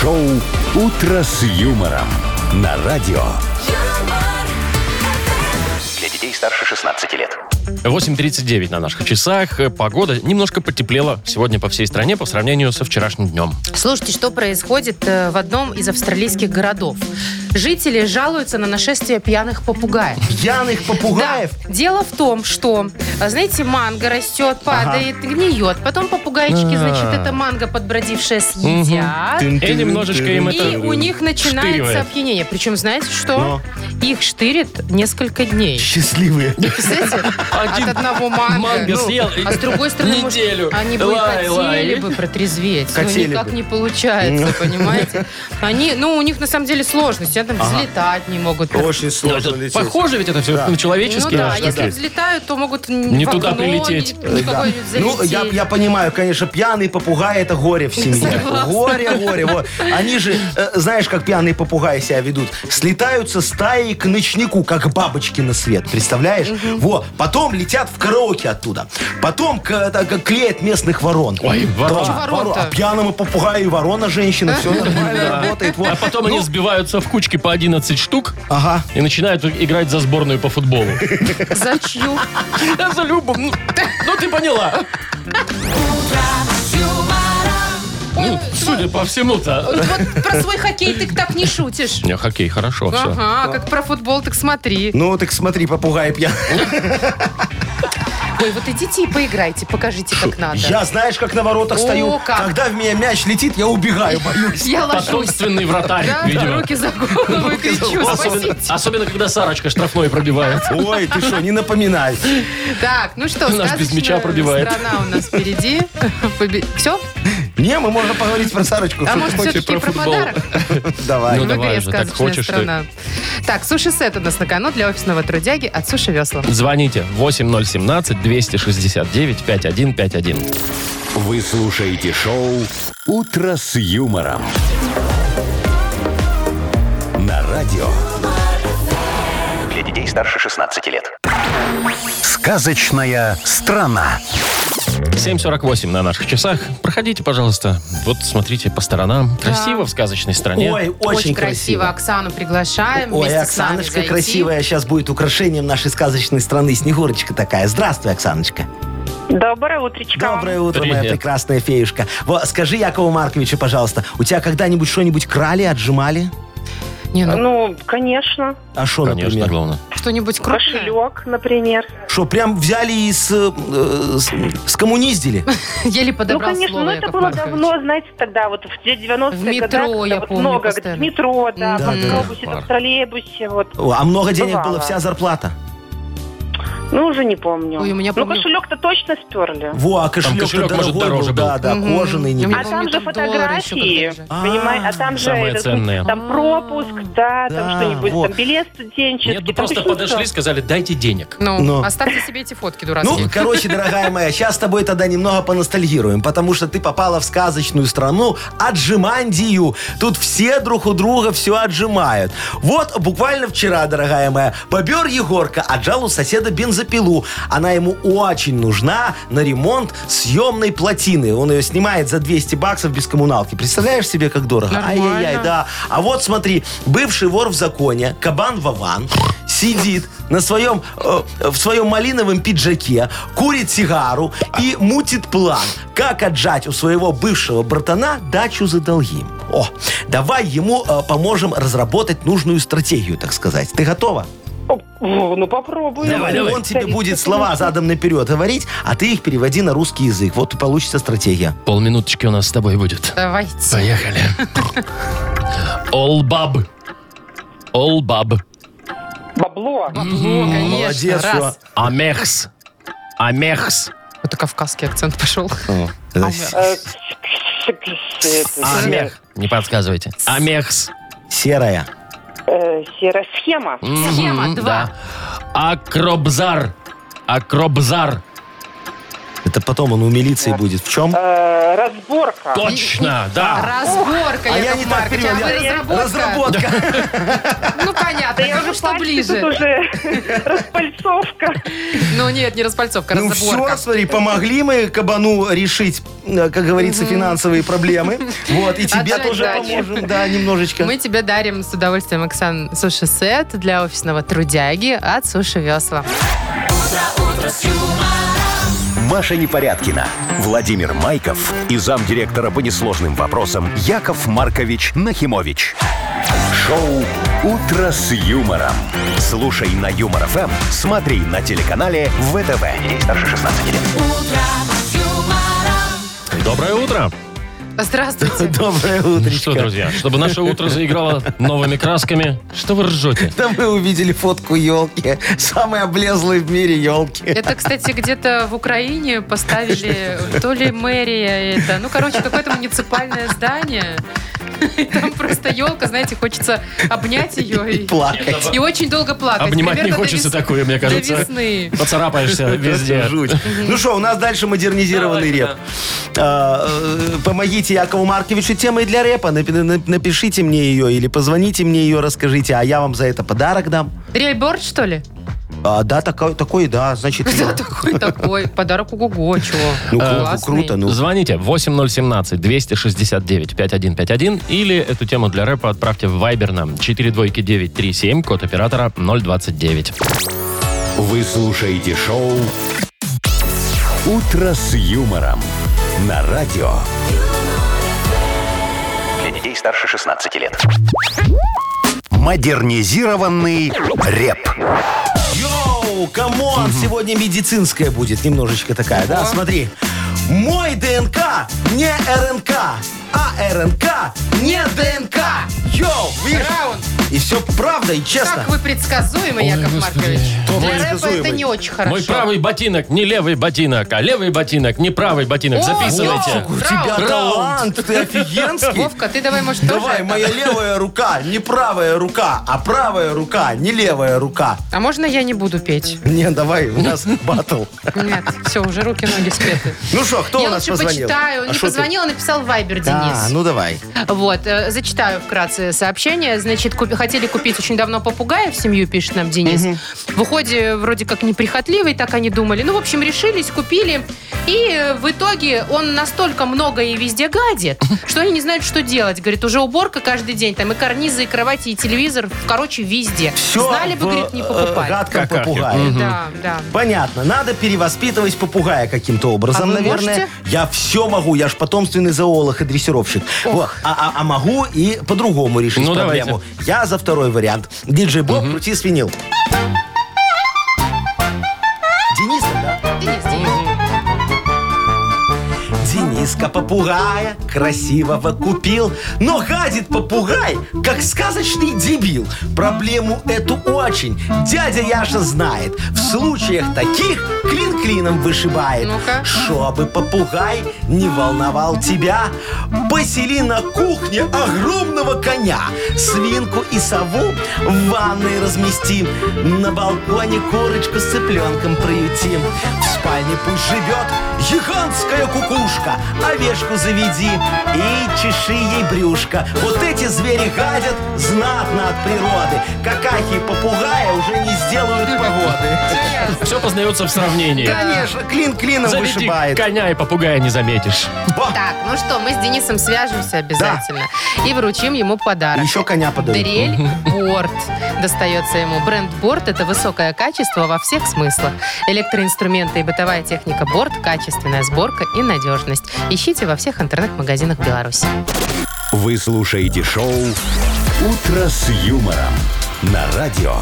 шоу Утро с юмором на радио.
Для детей старше 16 лет.
8.39 на наших часах. Э, Погода немножко потеплела сегодня по всей стране по сравнению со вчерашним днем.
Слушайте, что происходит э, в одном из австралийских городов. Жители жалуются на нашествие пьяных попугаев.
Пьяных
Да.
попугаев.
Дело в том, что, а, знаете, манго растет, падает, гниет. Потом попугайчики,
А.
значит, это манго подбродившее съедят.
И немножечко им это...
И у них начинается
Штыривает. Ну.
опьянение. Причем, знаете что? Их штырит несколько дней.
Счастливые.
Представляете? От одного манго.
манго
Ну,
съел и
А с другой стороны, может,
неделю.
они бы и
Лай,
хотели
лай. Ну.
бы протрезветь. Но
Хотели
никак
бы.
не получается, понимаете? Они, ну, у них на самом деле сложности. Они там взлетать не могут.
Очень сложно лететь.
Похоже ведь это все
Да.
на
Ну
человеческие.
да,
штуки.
если взлетают, то могут
Не туда прилететь.
Э, да. Ну, я, я понимаю, конечно, пьяный попугай это горе в семье.
Согласна.
Горе, горе. Вот. Они же, э, знаешь, как пьяные попугаи себя ведут. Слетаются стаи к ночнику, как бабочки на свет. Представляешь? Во. Потом летят в караоке оттуда. Потом к- это, к- клеят местных ворон.
Ой, ворон.
Да,
Почему ворон-то?
А пьяному попугаю и ворона женщина. Все нормально работает. Вот.
А потом
Ну.
они сбиваются в кучки по 11 штук
Ага.
и начинают играть за сборную по футболу.
За чью?
Я за любым. Ну, Ну, ты поняла. Ну, судя по всему-то.
Вот про свой хоккей ты так не шутишь.
Не, хоккей, хорошо, все.
Ага, а как про футбол, так смотри.
Ну, так смотри, попугай пьяный.
Ой, вот идите и поиграйте, покажите, как надо.
Я, знаешь, как на воротах
О,
стою.
как.
Когда в меня мяч летит, я убегаю, боюсь.
Я ложусь.
Потомственный вратарь,
Да,
видимо.
руки за голову и кричу,
Особенно,
спасите.
особенно, когда Сарочка штрафной пробивает.
Ой, ты что, не напоминай.
Так, ну что,
Наш без мяча
сказочная
пробивает.
страна у нас впереди. Все?
Не, мы можем поговорить про Сарочку.
А
Что
может,
ты хочешь?
все-таки
про
про
футбол?
подарок?
Давай.
Ну,
В игре
давай же, так
«Сказочная
хочешь ты.
страна». Так, суши-сет у нас на кону для офисного трудяги от Суши Весла.
Звоните 8017-269-5151.
Вы слушаете шоу «Утро с юмором». На радио
Для детей старше 16 лет.
«Сказочная страна».
7.48 на наших часах. Проходите, пожалуйста. Вот смотрите по сторонам. Красиво в сказочной стране.
Ой, очень красиво.
Оксану приглашаем.
Ой,
вместе с нами
Оксаночка
зайти.
красивая сейчас будет украшением нашей сказочной страны. Снегурочка такая. Здравствуй, Оксаночка.
Доброе утречко.
Доброе утро, моя
Привет.
прекрасная феюшка. Вот, скажи Якову Марковичу, пожалуйста, у тебя когда-нибудь что-нибудь крали, отжимали?
Не, ну,
Ну, конечно.
А что,
Конечно,
например?
главное.
что-нибудь крутое.
Ну,
Кошелек, например.
Что, прям взяли и с, э, с- скоммуниздили?
Еле подобрал
ну, конечно,
слово,
но это
Яков
было
Маркович.
давно, знаете, тогда вот в те 90-е
В метро,
годах, когда
я
вот
помню,
много,
постоянно.
в метро, да,
Да,
в
да.
автобусе,
Пар.
в троллейбусе, вот.
О, А много денег
Бывало.
было, вся зарплата.
Ну, уже не помню.
Ой, у меня
ну,
помню-
кошелек-то точно сперли.
Во, а кошелек,
кошелек, может, дороже был.
Да, да,
Мгм.
кожаный. не-
Я
А
помню,
там же
там доллары еще
фотографии,
когда-то
же.
понимаете, а там же
Самые
этот,
ценные.
там
А.
пропуск, да,
Да,
там что-нибудь,
вот.
там билет студенческий.
Нет, ну
там
просто
еще что-то.
подошли, сказали, дайте денег.
Ну,
Но.
оставьте себе эти фотки
Ну,
дурацкие.
короче, дорогая моя, сейчас с тобой тогда немного поностальгируем, потому что ты попала в сказочную страну Аджимандию. Тут все друг у друга все отжимают. Вот буквально вчера, дорогая моя, побер Егорка, отжал у соседа бензопилу. Она ему очень нужна на ремонт съемной плотины. Он ее снимает за 200 баксов без коммуналки. Представляешь себе, как дорого?
Нормально.
Ай-яй-яй, да. А вот смотри, бывший вор в законе, кабан Вован, сидит на своем, э, в своем малиновом пиджаке, курит сигару и мутит план, как отжать у своего бывшего братана дачу за долги. О, давай ему э, поможем разработать нужную стратегию, так сказать. Ты готова?
О, ну, попробуй.
Он
давай.
тебе будет слова задом наперед говорить, а ты их переводи на русский язык. Вот и получится стратегия.
Полминуточки у нас с тобой будет.
Давайте.
Поехали. All bab. All bab.
Бабло.
Бабло, конечно.
Молодец,
раз.
Амехс. Амехс.
Это кавказский акцент пошел.
всё.
Э, это,
А,
Амех. Не подсказывайте. Амехс.
Серая.
э, Серая схема.
Схема
Мгм,
два.
да. Акробзар. Акробзар.
Это потом он у милиции будет. В чем?
Э, Разборка.
Точно, да.
Разборка,
А я
Яков
не так
Маркович,
перевел.
а вы
я-
разработка.
Разработка.
Ну, понятно,
Да я
кому
уже
что
пальцы
ближе.
Тут уже распальцовка.
Ну, нет, не распальцовка,
Ну все,
разборка.
смотри, помогли мы кабану решить, э, как говорится, финансовые проблемы. Вот, и тебе
Отдать
тоже
дачу.
поможем, да, немножечко.
Мы тебе дарим с удовольствием, Оксан, суши-сет для офисного трудяги от Суши Весла.
Маша Непорядкина, Владимир Майков и замдиректора по несложным вопросам Яков Маркович Нахимович. Шоу «Утро с юмором». Слушай на Юмор ФМ, смотри на телеканале ВТВ. Ей старше 16 лет.
Доброе утро.
Здравствуйте.
Доброе
Ну
утречко.
что, друзья, чтобы наше утро заиграло новыми красками, что вы ржете?
Да мы увидели фотку елки. Самой облезлой в мире елки.
Это, кстати, где-то в Украине поставили то ли мэрия это. Ну, короче, какое-то муниципальное здание. И там просто елка, знаете, хочется обнять ее
И
и,
плакать.
и очень долго плакать.
Обнимать не
Примерно до
хочется
вес-
такое, мне
До
кажется.
весны.
Поцарапаешься везде.
Это жуть. Ну что, у нас дальше модернизированный реп. А, э, Помогите Якову Марковичу темой для репа. Напи- на- Напишите мне ее или позвоните мне ее, расскажите, а я вам за это подарок дам.
Рейборд, что ли?
А, Да, такой, такой, да, значит.
Да,
я.
такой, такой. Подарок ого-го, чего.
Ну, кру-
Классный.
круто, ну.
Звоните 8017-269-5151 или эту тему для рэпа отправьте в Viber нам 42937, код оператора 029.
Вы слушаете шоу «Утро с юмором» на радио.
Для детей старше 16 лет.
Модернизированный реп.
Йоу, камон, сегодня медицинская будет немножечко такая, да, смотри. Мой ДНК не РНК, а РНК не ДНК. Йоу, видишь?
Раунд.
И все правда и честно.
Как вы предсказуемы, Яков Маркович. Для рэпа это не очень хорошо.
Мой правый ботинок, не левый ботинок, а левый ботинок, не правый ботинок.
О,
Записывайте.
Вовчик,
У тебя
Раунд.
талант, ты офигенский.
Вовка, ты давай, может,
Давай,
тоже?
моя левая рука, не правая рука, а правая рука, не левая рука.
А можно я не буду петь?
Не, давай, у нас батл.
Нет, все, уже руки-ноги спеты.
Ну что, кто
я
у нас
лучше
позвонил?
почитаю.
А
не
шо ты?
позвонил, а написал в Вайбер Денис.
А, ну давай.
Вот, э, зачитаю вкратце сообщение. Значит, купи- хотели купить очень давно попугая в семью, пишет нам Денис. В уходе вроде как неприхотливый, так они думали. Ну, в общем, решились, купили. И э, в итоге он настолько много и везде гадит, что они не знают, что делать. Говорит, уже уборка каждый день, там и карнизы, и кровати, и телевизор, короче, везде.
Все
Знали бы, говорит,
э,
не покупали.
Гадком
Какахе.
попугае.
Да, да.
Понятно, надо перевоспитывать попугая каким-то образом,
А вы
наверное.
можете?
Я все могу, я ж потомственный зоолог и дрессировщик. Вот. А, а- а могу и по-другому решить
Ну, давайте.
проблему. Я за второй вариант. Диджей Боб, крути свинил. Денис, да?
Денис, Денис.
Дениска попугая красивого купил, но гадит попугай, как сказочный дебил. Проблему эту очень дядя Яша знает. В случаях таких клин клином вышибает.
Ну-ка.
Чтобы попугай не волновал тебя, посели на кухне огромного коня. Свинку и сову в ванной разместим, на балконе курочку с цыпленком приютим. В спальне пусть живет гигантская кукушка, овешку заведи и чеши ей брюшко. Вот эти звери гадят знатно от природы. Какахи и попугая уже не сделают погоды.
Все познается в сравнении.
Конечно, клин клином
Заведи
вышибает.
коня и попугая не заметишь.
Ба!
Так, ну что, мы с Денисом свяжемся обязательно и вручим ему подарок.
Еще коня подают.
Дрель Борт достается ему. Бренд Борт – это высокое качество во всех смыслах. Электроинструменты и бытовая техника Борт – качественная сборка и надежность. Ищите во всех интернет-магазинах Беларуси.
Вы слушаете шоу «Утро с юмором» на радио.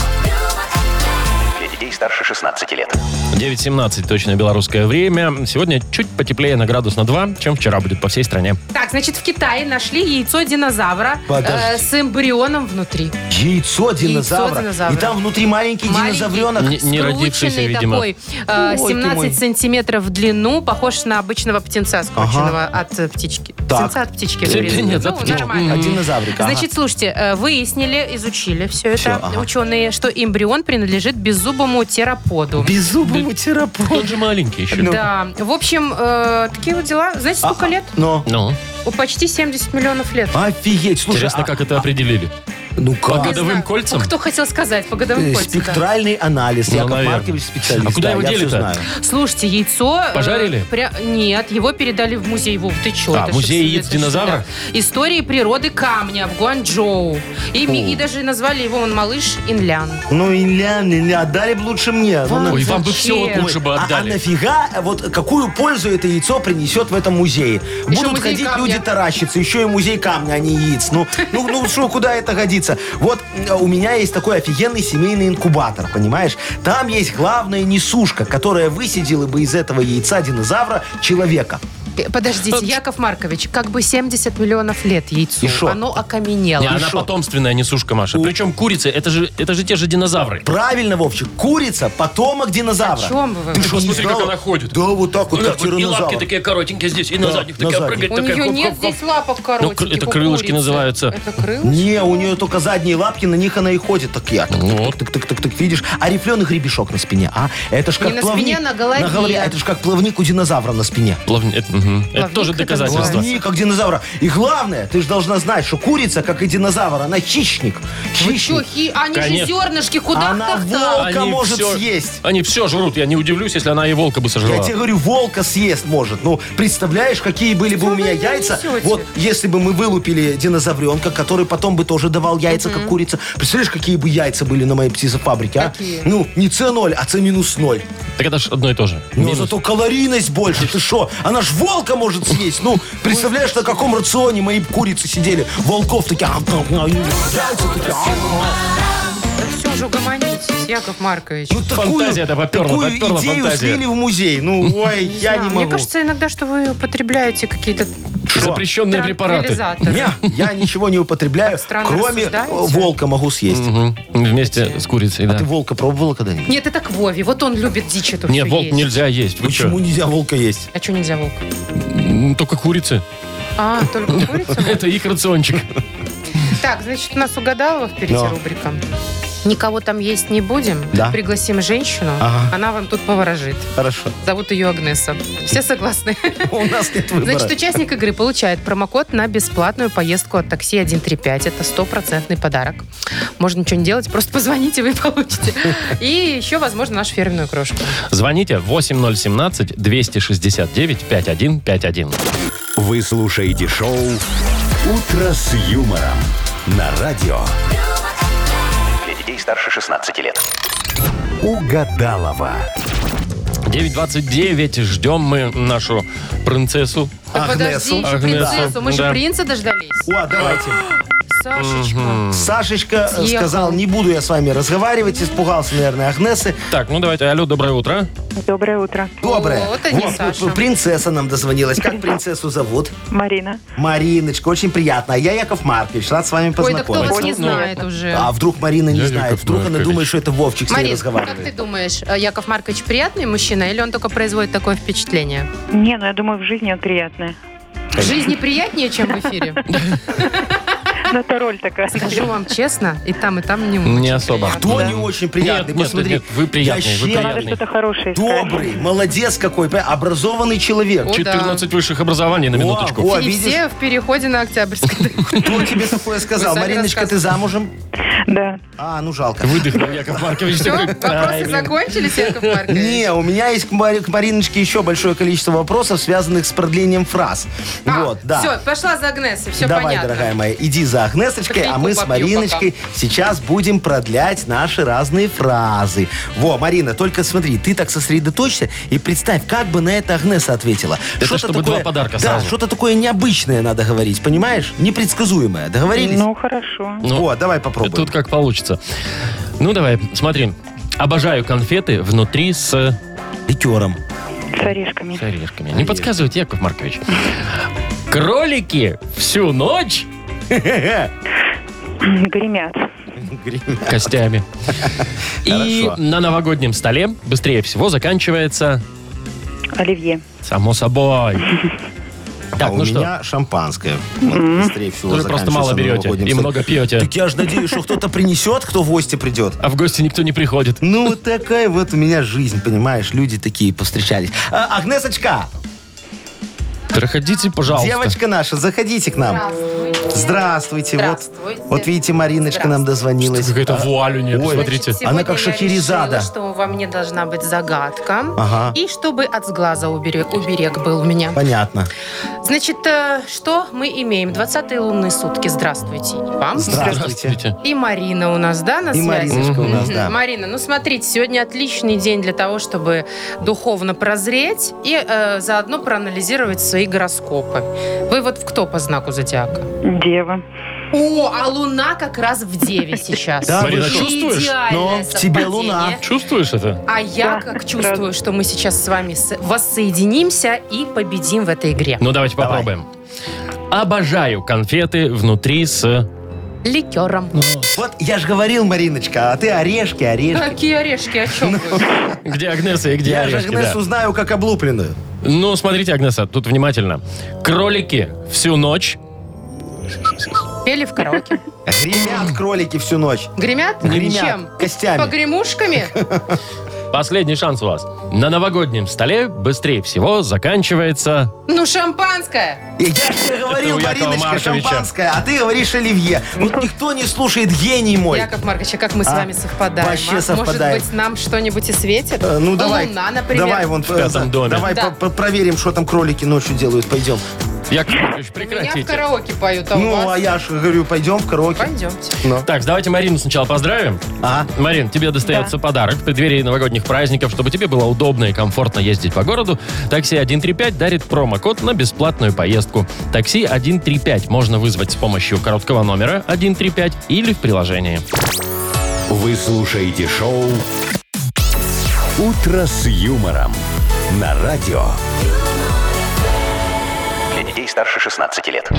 Для детей старше 16 лет.
9.17, точное белорусское время. Сегодня чуть потеплее на градус на 2, чем вчера будет по всей стране.
Так, значит, в Китае нашли яйцо динозавра
Подожди.
э, с эмбрионом внутри.
Яйцо динозавра.
динозавра.
И там внутри маленький,
Маленький,
динозавренок.
Не- не родившийся,
скрученный
видимо.
такой, э,
Ой, ты
17
мой.
сантиметров в длину, похож на обычного птенца, скрученного от э, птички.
Так.
Птенца от птички.
Птенец
вырезанного.
от
Ну,
птички.
нормально.
А динозаврик, ага.
Значит, слушайте, э, выяснили, изучили все это
Всё, ага.
ученые, что эмбрион принадлежит беззубому тераподу.
Беззубому терапевту.
Тот же маленький еще.
Ну.
Да, в общем, э, такие вот дела. Знаете, сколько лет?
Но.
Ну,
О, Почти 70 миллионов лет.
А? Офигеть, слушай.
интересно,
а-
как это определили.
Ну
По
как?
Не
годовым
знаю.
кольцам?
Кто хотел сказать по годовым
Э,
кольцам? да.
Спектральный анализ.
Ну,
Яков
наверное.
Маркович специалист.
А куда
да,
его
я всё
дели-то?
знаю.
Слушайте, яйцо... э,
Пожарили?
пря- Нет, его передали в музей Вов. Ты чё?
А,
это
музей
ж-
яиц
это ж-
динозавра?
да. Истории природы камня в Гуанчжоу. И, ми- и даже назвали его он малыш Инлян.
Ну, Илья, Илья, отдали бы лучше мне. Ну, ну,
Ой, вам бы все вот
Зачем?
лучше бы
а- А,
отдали.
нафига, э, вот какую пользу это яйцо принесет в этом музее? Будут
музей
ходить
камня.
люди таращиться, еще и музей камня, а не яиц. Ну, ну, ну что, куда это годится? Вот э, у меня есть такой офигенный семейный инкубатор, понимаешь? Там есть главная несушка, которая высидела бы из этого яйца динозавра человека.
П- Подождите, Яков Маркович, как бы 70 миллионов лет яйцу.
И шо?
Оно окаменело.
Не, она потомственная, не сушка, Маша. Причем курица, это же, это же те же динозавры.
Правильно, Вовчик, курица потомок динозавра.
О чем вы?
Ты что,
Посмотри, как она ходит.
Да, вот так вот,
Ну,
как
вот и лапки
тиранозавр.
такие коротенькие здесь, и на
Да,
задних
на
такая
задних.
прыгает.
У
такая,
нее
хоп,
нет
хоп, хоп.
здесь лапок коротеньких.
Ну, это
у
крылышки
курицы.
называются.
Это крылышки?
Не, у нее только задние лапки, на них она и ходит. Так я, так,
Вот.
так, так, так, так, видишь. А рифленый гребешок на спине, а? Это ж как
Не на
плавник.
спине, а на голове.
а Это ж как плавник у динозавра на спине.
Плавни- Это, мгм. Это
Плавник
тоже
это
доказательство.
называется.
Плавник, как динозавра. И главное, ты же должна знать, что курица, как и динозавр, она хищник.
Вы чё,
Хищник.
хи- Они
Конечно.
же зернышки куда
Она
то
волка может
всё-
съесть.
Они все жрут. Я не удивлюсь, если она и волка бы
Я
сожрала.
тебе говорю, волка съест может. Ну, представляешь, какие были бы у меня
меня
яйца,
несете?
вот если бы мы вылупили динозавренка, который потом бы тоже давал яйца, как курица. Представляешь, какие бы яйца были на моей птицефабрике, а?
Какие?
Ну, не С0, а С-0.
Так это же одно и то же.
Ну,
Минус.
зато калорийность больше. Ты что? Она ж волка может съесть. Ну, представляешь, на каком рационе мои курицы сидели. Волков такие... «А, ну, «Ам, ам, ам, ам». Яйца такие... «А, «Ам, ам».
Все уже Ну, угомонитесь, Яков Маркович.
Ну, такую-
Фантазия-то поперла,
такую
поперла
идею
фантазия.
слили в музей. Ну, ой, я
знаю,
не
Мне
могу.
кажется, иногда, что вы употребляете какие-то
Запрещенные препараты.
транквилизаторы.
Не, я ничего не употребляю,
странно
кроме э,
рассуждаете.
волка могу съесть. А
Мгм. Вместе с курицей, да.
Ты волка пробовала когда-нибудь?
Нет, это к Вове. Вот он любит дичь эту
Нет,
всю
волк
есть.
нельзя есть. Вы
Почему нельзя волка есть?
А что нельзя волк?
чё? М, Только курицы.
А, только курица?
Это их рациончик.
Так, значит, у нас угадалова впереди
Да.
рубрика. Никого там есть не будем.
Да.
Пригласим женщину.
Ага.
Она вам тут поворожит.
Хорошо.
Зовут ее Агнеса. Все согласны?
У нас нет выбора.
Значит, участник игры получает промокод на бесплатную поездку от такси 135. Это стопроцентный подарок. Можно ничего не делать, просто позвоните, вы получите. И еще, возможно, нашу фирменную крошку.
Звоните 8017-269-5151.
Вы слушаете шоу «Утро с юмором» на радио
Для детей старше 16 лет.
«Угадалова».
9.29. Ждем мы нашу принцессу.
Да Подожди, еще
Агнесу.
принцессу. Мы же
Да.
принца дождались.
О, давайте.
Сашечка.
Сашечка э,
Съехал.
сказал, не буду я с вами разговаривать, испугался, наверное, Агнесы.
Так, ну давайте. Алло, доброе утро.
Доброе утро.
Доброе.
Вот они, Саша.
Принцесса нам дозвонилась. Как принцессу зовут?
Марина.
Мариночка, очень приятно. А я Яков Маркович, рад с вами
Ой, да кто вас
познакомиться.
не знает уже.
А вдруг Марина не
Я
знает,
Яков
вдруг она
Маркович.
думает, что это Вовчик с ней
Марин, как
разговаривает.
ты думаешь, э, Яков Маркович приятный мужчина или он только производит такое впечатление?
Не, ну я думаю, в жизни он приятный.
В жизни приятнее, чем в эфире.
Но это роль такая.
Скажу вам честно, и там, и там не
Не
очень
особо.
приятно.
А Кто не очень
Нет,
приятный?
нет,
Посмотри.
нет, вы приятный, вы
Ящер,
Надо
приятный.
что-то хорошее искать.
Добрый, молодец какой, понимаешь, образованный человек.
О, да.
14 высших образований на
О,
минуточку.
о,
И
видишь,
все в переходе на Октябрьской.
кто тебе такое сказал?
сами
Мариночка, ты замужем?
Да.
А, ну жалко.
Выдохнул Яков Маркович.
Все,
такой, «Ай,
вопросы
блин».
закончились, Яков Маркович?
Не, у меня есть к, Мари- к Мариночке еще большое количество вопросов, связанных с продлением фраз.
А,
вот, да.
Все, пошла за Агнесой, все
Давай,
понятно.
дорогая моя, иди за Агнесочкой,
Кофейку
а мы с
попью
Мариночкой сейчас будем продлять наши разные фразы. Во, Марина, только смотри, ты так сосредоточься и представь, как бы на это Агнеса ответила.
Это чтобы два подарка
да,
сразу.
что-то такое необычное надо говорить, понимаешь? Непредсказуемое. Договорились?
Ну, хорошо.
Ну,
О, давай попробуем.
Тут как получится. Ну, давай, смотри. Обожаю конфеты внутри с
Ликером.
С орешками.
с орешками. Не подсказывайте, Яков Маркович. Кролики всю ночь
Гремят.
костями. И
Хорошо.
на новогоднем столе быстрее всего заканчивается
Оливье.
само собой. Так,
а
ну
у
что,
меня шампанское. Вот, Быстрее всего
вы просто
заканчивается
мало берете
новогодним
и
сок.
много пьете.
Так я же надеюсь, что кто-то принесет, кто в гости придет.
А в гости никто не приходит.
Ну, вот такая вот у меня жизнь, понимаешь? Люди такие повстречались. А, Агнесочка,
Проходите, пожалуйста.
девочка наша, заходите к нам. Здравствуйте.
Здравствуйте.
Вот, вот видите, Мариночка нам дозвонилась. А,
Какая-то вуаль у нее,
Ой.
посмотрите.
Значит,
Она
сегодня
как
я
Шахерезада.
решила, что во мне должна быть загадка.
Ага.
И чтобы от сглаза уберег, уберег был у меня.
Понятно.
Значит, э, что мы имеем? 20-е лунные сутки. Здравствуйте. И вам.
Здравствуйте.
И Марина у нас, да, на
И
связи?
Мариночка у
Мгм.
нас, да.
Марина, ну смотрите, сегодня отличный день для того, чтобы духовно прозреть и э, заодно проанализировать свои гороскопы. Вы вот в кто по знаку зодиака?
Дева.
О, а луна как раз в 9 сейчас.
Да, Марина,
И
чувствуешь?
идеальное
Но в тебе
совпадение.
луна.
Чувствуешь это?
А я
Да,
как чувствую, что мы сейчас с вами с- воссоединимся и победим в этой игре.
Ну, давайте
Давай.
попробуем. Обожаю конфеты внутри с...
Ликером.
Вот я же говорил, Мариночка, а ты орешки, орешки.
Какие орешки, о чем
Ну.
вы?
Где Агнеса и где
Я же
орешки, да.
Агнесу знаю как облупленную.
Ну, смотрите, Агнеса, тут внимательно. Кролики всю ночь.
Пели в караоке.
Гремят кролики всю ночь.
Гремят?
Гремят
Чем?
костями.
Погремушками?
Последний шанс у вас. На новогоднем столе быстрее всего заканчивается...
Ну, шампанское.
Я же тебе говорил,
у Якова
Мариночка,
Марковича.
шампанское, а ты говоришь оливье. Вот никто не слушает гений мой.
Яков Маркович, а как мы с
А,
вами совпадаем? а?
вообще совпадаем.
Может быть, нам что-нибудь и светит?
Э, Ну давай,
Луна, например.
давай вон, э,
пятом
да,
доме.
давай
Да.
по- по- проверим, что там кролики ночью делают. Пойдем.
Яков Маркович,
Меня в
прекратите.
караоке поют, а у
Ну,
вас?
а я же говорю, пойдем в караоке.
Пойдемте.
Так, давайте Марину сначала поздравим.
А,
Марин, тебе достается подарок в преддверии новогодних праздников. Чтобы тебе было удобно и комфортно ездить по городу, такси 135 дарит промокод на бесплатную поездку. Такси 135 можно вызвать с помощью короткого номера 135 или в приложении.
Вы слушаете шоу «Утро с юмором» на радио.
Для детей старше 16 лет.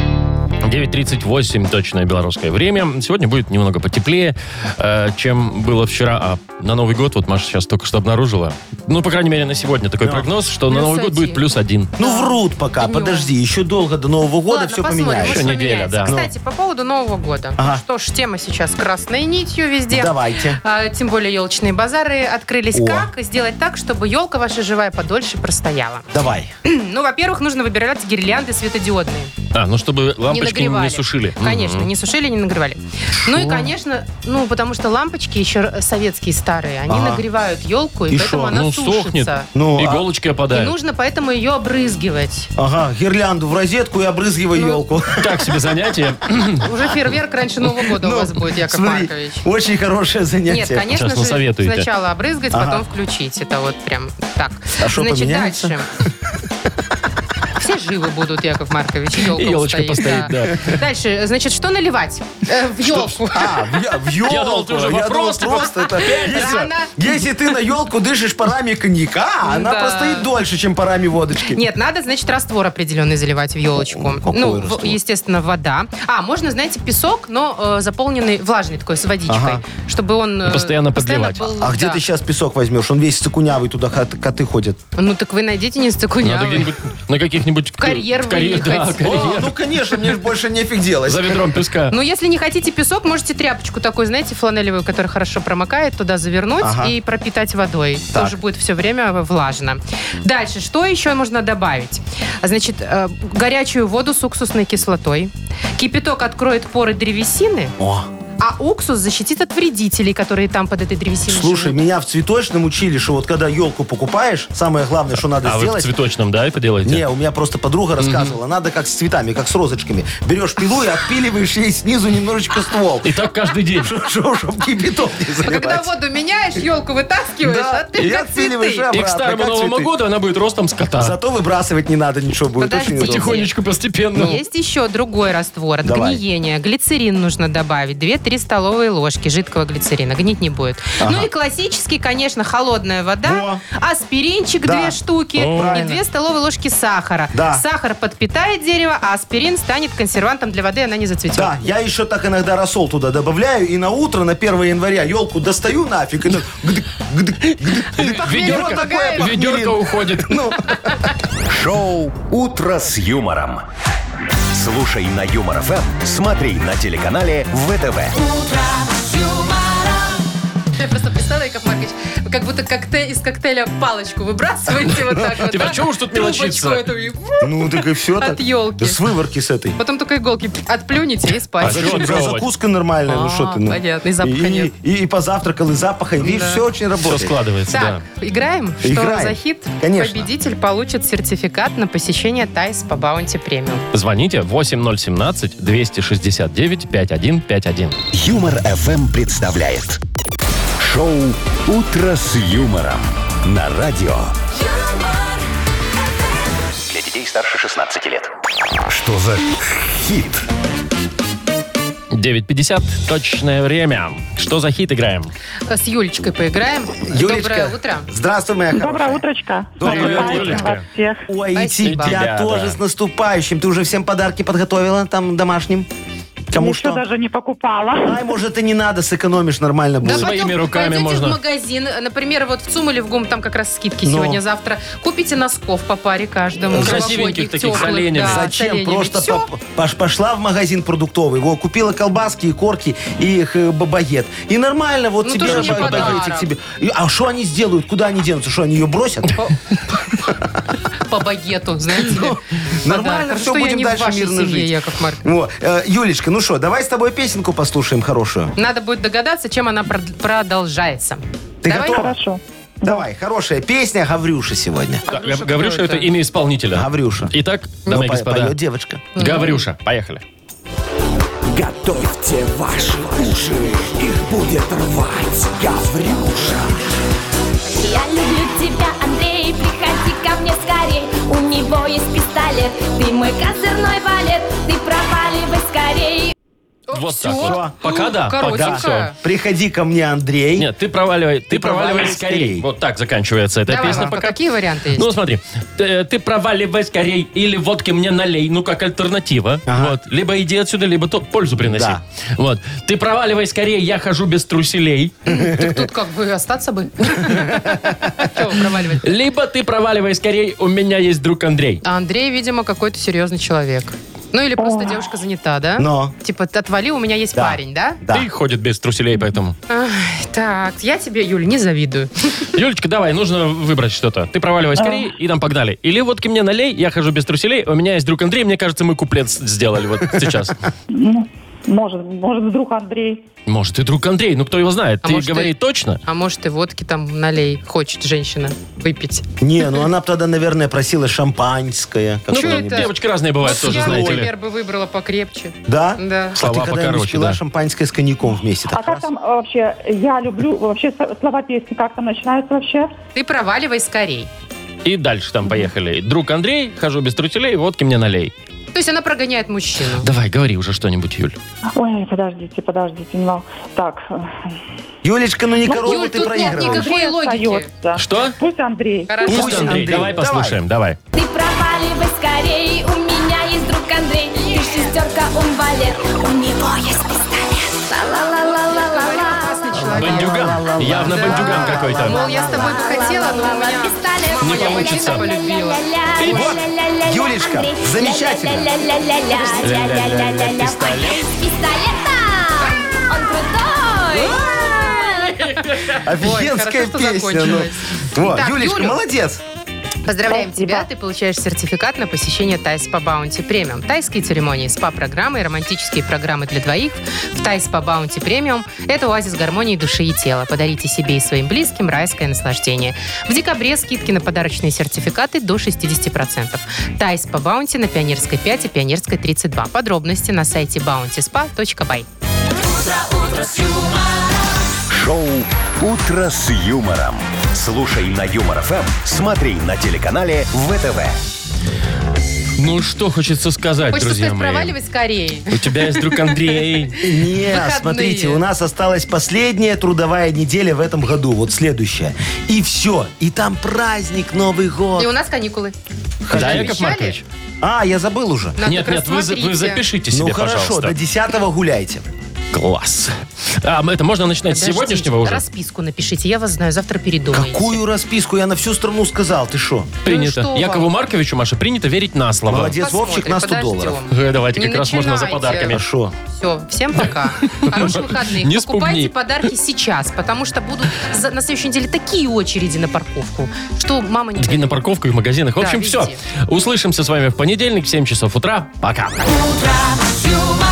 9.38 точное белорусское время. Сегодня будет немного потеплее, э, чем было вчера. А на Новый год, вот Маша сейчас только что обнаружила. Ну, по крайней мере, на сегодня такой прогноз, что на
Плюс
Новый год будет
один.
плюс один.
ну врут пока,
Понимаю.
подожди, еще долго до Нового года
Ладно,
все
посмотрим,
поменяешь.
Еще
может,
неделя,
поменяется.
да.
Кстати, по поводу Нового года.
Ага.
Что ж, тема сейчас красной нитью везде.
Давайте.
А, тем более елочные базары открылись.
О.
Как сделать так, чтобы елка ваша живая подольше простояла?
Давай.
Ну, во-первых, нужно выбирать гирлянды светодиодные.
А, ну, чтобы лампочки не,
нагревали.
сушили.
Конечно,
Мгм.
не сушили, не нагревали. Ну и, конечно, ну, потому что лампочки еще р- советские старые, они
Ага.
нагревают елку, и,
И
поэтому
шо?
она
ну,
сушится.
сохнет,
Ну, а-
иголочки
И
опадают.
нужно поэтому ее обрызгивать.
Ага, гирлянду в розетку и
Ну,
обрызгивай елку.
Так себе занятие.
Уже фейерверк раньше Нового года у вас будет, Яков
Ну, смотри,
Маркович.
Очень хорошее занятие.
Нет, конечно
Сейчас
же,
насоветуете.
сначала обрызгать,
Ага.
потом включить. Это вот прям так.
А шо,
Значит,
поменяется?
дальше. Все живы будут, Яков Маркович. и Елка
И елочка постоит,
Дальше, значит, что наливать э, в елку?
А, в я- в елку.
Я думал, ты уже вопрос, типа,
просто это... Если,
Рано.
если ты на елку дышишь парами коньяка, а, она
Да.
простоит дольше, чем парами водочки.
Нет, надо, значит, раствор определенный заливать в елочку.
Какой
ну, в-
раствор?
естественно, вода. А, можно, знаете, песок, но э, заполненный влажный такой, с водичкой.
Ага.
Чтобы он... э,
Постоянно подливать.
был,
А где
да.
ты сейчас песок возьмешь? Он весь цикунявый, туда кот- коты ходят.
Ну, так вы найдите не
Надо
стыкунявый.
где-нибудь на каких-нибудь... В
карьер
карьер, да,
выехать.
карьер.
О, ну, конечно, мне же больше нефиг делать.
За ведром песка.
Ну, если не хотите песок, можете тряпочку такую, знаете, фланелевую, которая хорошо промокает, туда завернуть
Ага.
и пропитать водой.
Так.
Тоже будет все время влажно. Дальше, что еще можно добавить? Значит, э, горячую воду с уксусной кислотой. Кипяток откроет поры древесины,
О,
а уксус защитит от вредителей, которые там под этой древесиной
слушай,
живут.
меня в цветочном учили, что вот когда елку покупаешь, самое главное, что надо
А вы в
Ну, сделать...
цветочном, да, это делаете?
Не, у меня просто подруга рассказывала, надо как с цветами, как с розочками. Берешь пилу и отпиливаешь ей снизу немножечко ствол.
И так каждый день.
Чтоб кипяток не
А Когда
заливать.
воду меняешь, елку вытаскиваешь,
Да,
а ты
и
как
отпиливаешь
цветы.
И к
обратно,
старому
как
Новому
цветы.
году она будет ростом с кота.
Зато выбрасывать не надо ничего, будет
Подожди.
очень удобно.
Потихонечку, постепенно.
Есть еще другой раствор от
Давай.
гниения. Глицерин нужно добавить. 2-3 столовые ложки жидкого глицерина. Гнить не будет. Ну и классический, конечно, холодная вода. Аспиринчик
Да.
2 штуки. И
правильно.
2 столовые ложки сахара.
Да.
Сахар подпитает дерево, а аспирин станет консервантом для воды, и она не зацветет.
Да, я еще так иногда рассол туда добавляю, и на утро, на 1 января, елку достаю нафиг, и так гдык, гдык, гдык, гдык.
Ведерко,
Вот такое похмелье.
ведерко уходит.
Ну,
Шоу «Утро с юмором». Слушай на Юмор ФМ, смотри на телеканале ВТВ.
Я просто представила, Яков Маркович, вы как будто коктейль, из коктейля палочку выбрасываете вот так вот.
Типа,
да?
чего уж тут
Трубочку
мелочиться?
эту и
ну, так и все.
От елки.
С выворки с этой.
Потом только иголки отплюнете и
А
спать.
чё он
Зачем?
пробовать?
Закуска нормальная, ну что ты. ну.
А, понятно, и запаха
И-
нет.
И и позавтракал, и запаха, и видишь, все очень
Все
работает.
складывается,
Так,
да.
играем? Что
Играем.
за хит?
Конечно.
Победитель получит сертификат на посещение Тайс по Баунти Премиум.
Звоните 8017-269-5151.
Юмор ФМ представляет шоу Утро с юмором на радио.
Для детей старше 16 лет.
Что за хит?
9.50, точное время. Что за хит играем?
С Юлечкой поиграем. Доброе утро.
Здравствуй, моя
Доброе
хорошая.
утречко.
Доброе
С наступающим
утречко.
вас всех.
Ой, и
Спасибо.
тебя,
Тебя,
тоже
да.
с наступающим. Ты уже всем подарки подготовила там домашним? Кому
Еще
Ну что?
даже не покупала.
Ай, может, и не надо, сэкономишь, нормально будет.
Своими
потом
руками
пойдете
можно.
в магазин, например, вот в ЦУМ или в ГУМ, там как раз скидки
Но.
сегодня-завтра. Купите носков по паре каждому.
Ну, красивеньких
новогодних,
таких, с
теплых,
оленями.
да, с
Зачем?
оленями.
Просто
Всё.
поп- пош- пошла в магазин продуктовый, его купила колбаски и корки и их э, бабагет. И нормально, вот
Ну,
тебе
тоже не
баба-
подарок.
багетик тебе. И- А что они сделают? Куда они денутся? Что они ее бросят?
По багету, знаете. ли,
Ну, Нормально,
подарков.
все
Что я
будем
не в
дальше
вашей
мирно
семье,
жить.
Яков Марк.
Вот, э, Юлечка, ну что, давай с тобой песенку послушаем хорошую.
Надо будет догадаться, чем она прод- продолжается.
Ты
Давай.
готова?
Хорошо.
Давай, хорошая песня Гаврюша сегодня.
Да, Гав- Гаврюша, это
это?
имя исполнителя.
Гаврюша.
Итак,
Ну,
дамы и
по-
господа,
поет девочка.
Гаврюша, поехали.
Готовьте ваши уши, их будет рвать Гаврюша.
Я люблю тебя, Андрей, приходи ко мне скорей У него есть пистолет, ты мой козырной валет Ты проваливай скорей
Вот
Всё. Ну,
так вот. Пока да, пока
Коротенько.
Приходи ко мне, Андрей.
Нет, ты проваливай, ты, проваливай
проваливай
скорее.
скорей.
Вот так заканчивается эта
Давай,
песня
Вовка,
пока.
какие варианты есть?
Ну, смотри, э, ты проваливай скорей или водки мне налей, ну, как альтернатива.
Ага.
Вот. Либо иди отсюда, либо то пользу приноси.
Да.
Вот. Ты проваливай скорее, я хожу без труселей.
Так тут как бы остаться бы. Чего проваливать?
Либо ты проваливай скорее, у меня есть друг Андрей.
А Андрей, видимо, какой-то серьезный человек. Ну или просто девушка занята, да?
Но.
Типа, «Ты отвали, у меня есть
Да.
парень, да?
Да.
Ты ходит без труселей, поэтому.
Ай, так, я тебе, Юль, не завидую.
Юлечка, давай, нужно выбрать что-то. Ты проваливай скорее, и там погнали. Или водки мне налей, я хожу без труселей, у меня есть друг Андрей, мне кажется, мы куплет с- сделали вот сейчас.
Ну, Может, может, вдруг Андрей.
Может, и друг Андрей, ну кто его знает?
А
Ты
может,
говори
и-
точно.
А может, и водки там налей, хочет женщина выпить.
Не, ну она бы тогда, наверное, просила шампанское.
Ну,
какое-нибудь.
это?
девочки разные бывают
Ну,
тоже,
я,
знаете ли.
например, бы выбрала покрепче.
Да?
Да.
А ты
Слова
когда-нибудь
покороче,
пила
да.
шампанское с коньяком вместе?
А
Так
как
раз.
там вообще? Я люблю вообще со- слова песни. Как там начинаются вообще?
Ты проваливай скорей.
И дальше там поехали. Друг Андрей, хожу без труселей, водки мне налей.
То есть она прогоняет мужчину.
Давай, говори уже что-нибудь, Юль.
Ой, подождите, подождите, не мог- Так, э,
Юлечка, ну не корову
Юль,
ты
тут нет
проигрываешь.
никакой
Андрей
логики.
остается.
Что?
Пусть Андрей.
Хорошо.
Пусть Андрей,
Андрей,
давай
давай.
послушаем, давай.
Ты проваливай скорей, у меня есть друг Андрей Ты шестерка, он валет, у него есть пистолет Ла-ла-ла-ла-ла-ла
Опасный человек.
Бандюган. Явно
Да.
бандюган
Мол,
какой-то.
я с тобой бы хотела, но у меня...
Пистолет
Не
Я
получится.
тебя полюбила.
И вот, Юлечка,
Андрей.
замечательно.
Ля-ля-ля-ля-ля, ля-ля-ля-ля-ля.
Пистолет.
Пистолетом! Он крутой!
Офигенская
Ой, хорошо, что
песня. ну.
закончилось.
Вот,
Так,
Юлечка,
Юлю.
молодец.
Поздравляем
Спасибо.
тебя, ты получаешь сертификат на посещение Тайс по Баунти Премиум. Тайские церемонии, спа-программы и романтические программы для двоих в Тайс по Баунти Премиум – это оазис гармонии души и тела. Подарите себе и своим близким райское наслаждение. В декабре скидки на подарочные сертификаты до 60%. Тайс по Баунти на Пионерской 5 и Пионерской 32. Подробности на сайте bountyspa.by.
Шоу «Утро с юмором». Слушай на Юмор ФМ, смотри на телеканале ВТВ.
Ну что хочется сказать,
Хочется
друзья
сказать,
мои.
проваливай скорее.
У тебя есть друг Андрей.
Не,
Выходные.
смотрите, у нас осталась последняя трудовая неделя в этом году, вот следующая. И все, и там праздник Новый
И у
год.
нас каникулы.
Да,
Обещали?
Яков Маркович?
А, я забыл уже.
Надо
Нет,
Ну,
нет,
как раз
вы, за- вы
смотрите.
запишите себе,
Ну хорошо,
пожалуйста.
до 10 гуляйте.
Класс. А, это можно начинать с
Подождите,
сегодняшнего уже?
Расписку напишите, я вас знаю, завтра передумаете.
Какую расписку я на всю страну сказал, ты что?
Принято.
что
Якову
вам?
Марковичу, Маша, принято верить на слово.
Молодец, Вовчик, на 100 долларов.
Э, Давайте, как раз можно за подарками.
Хорошо.
Все, всем пока. Хороших выходных.
Не
Покупайте
спугни.
подарки сейчас, потому что будут за- на следующей неделе такие очереди на парковку, что мама не...
Такие на парковку и в магазинах. В
Да,
общем, все.
везде.
Услышимся с вами в понедельник в 7 часов утра. Пока.
Humor.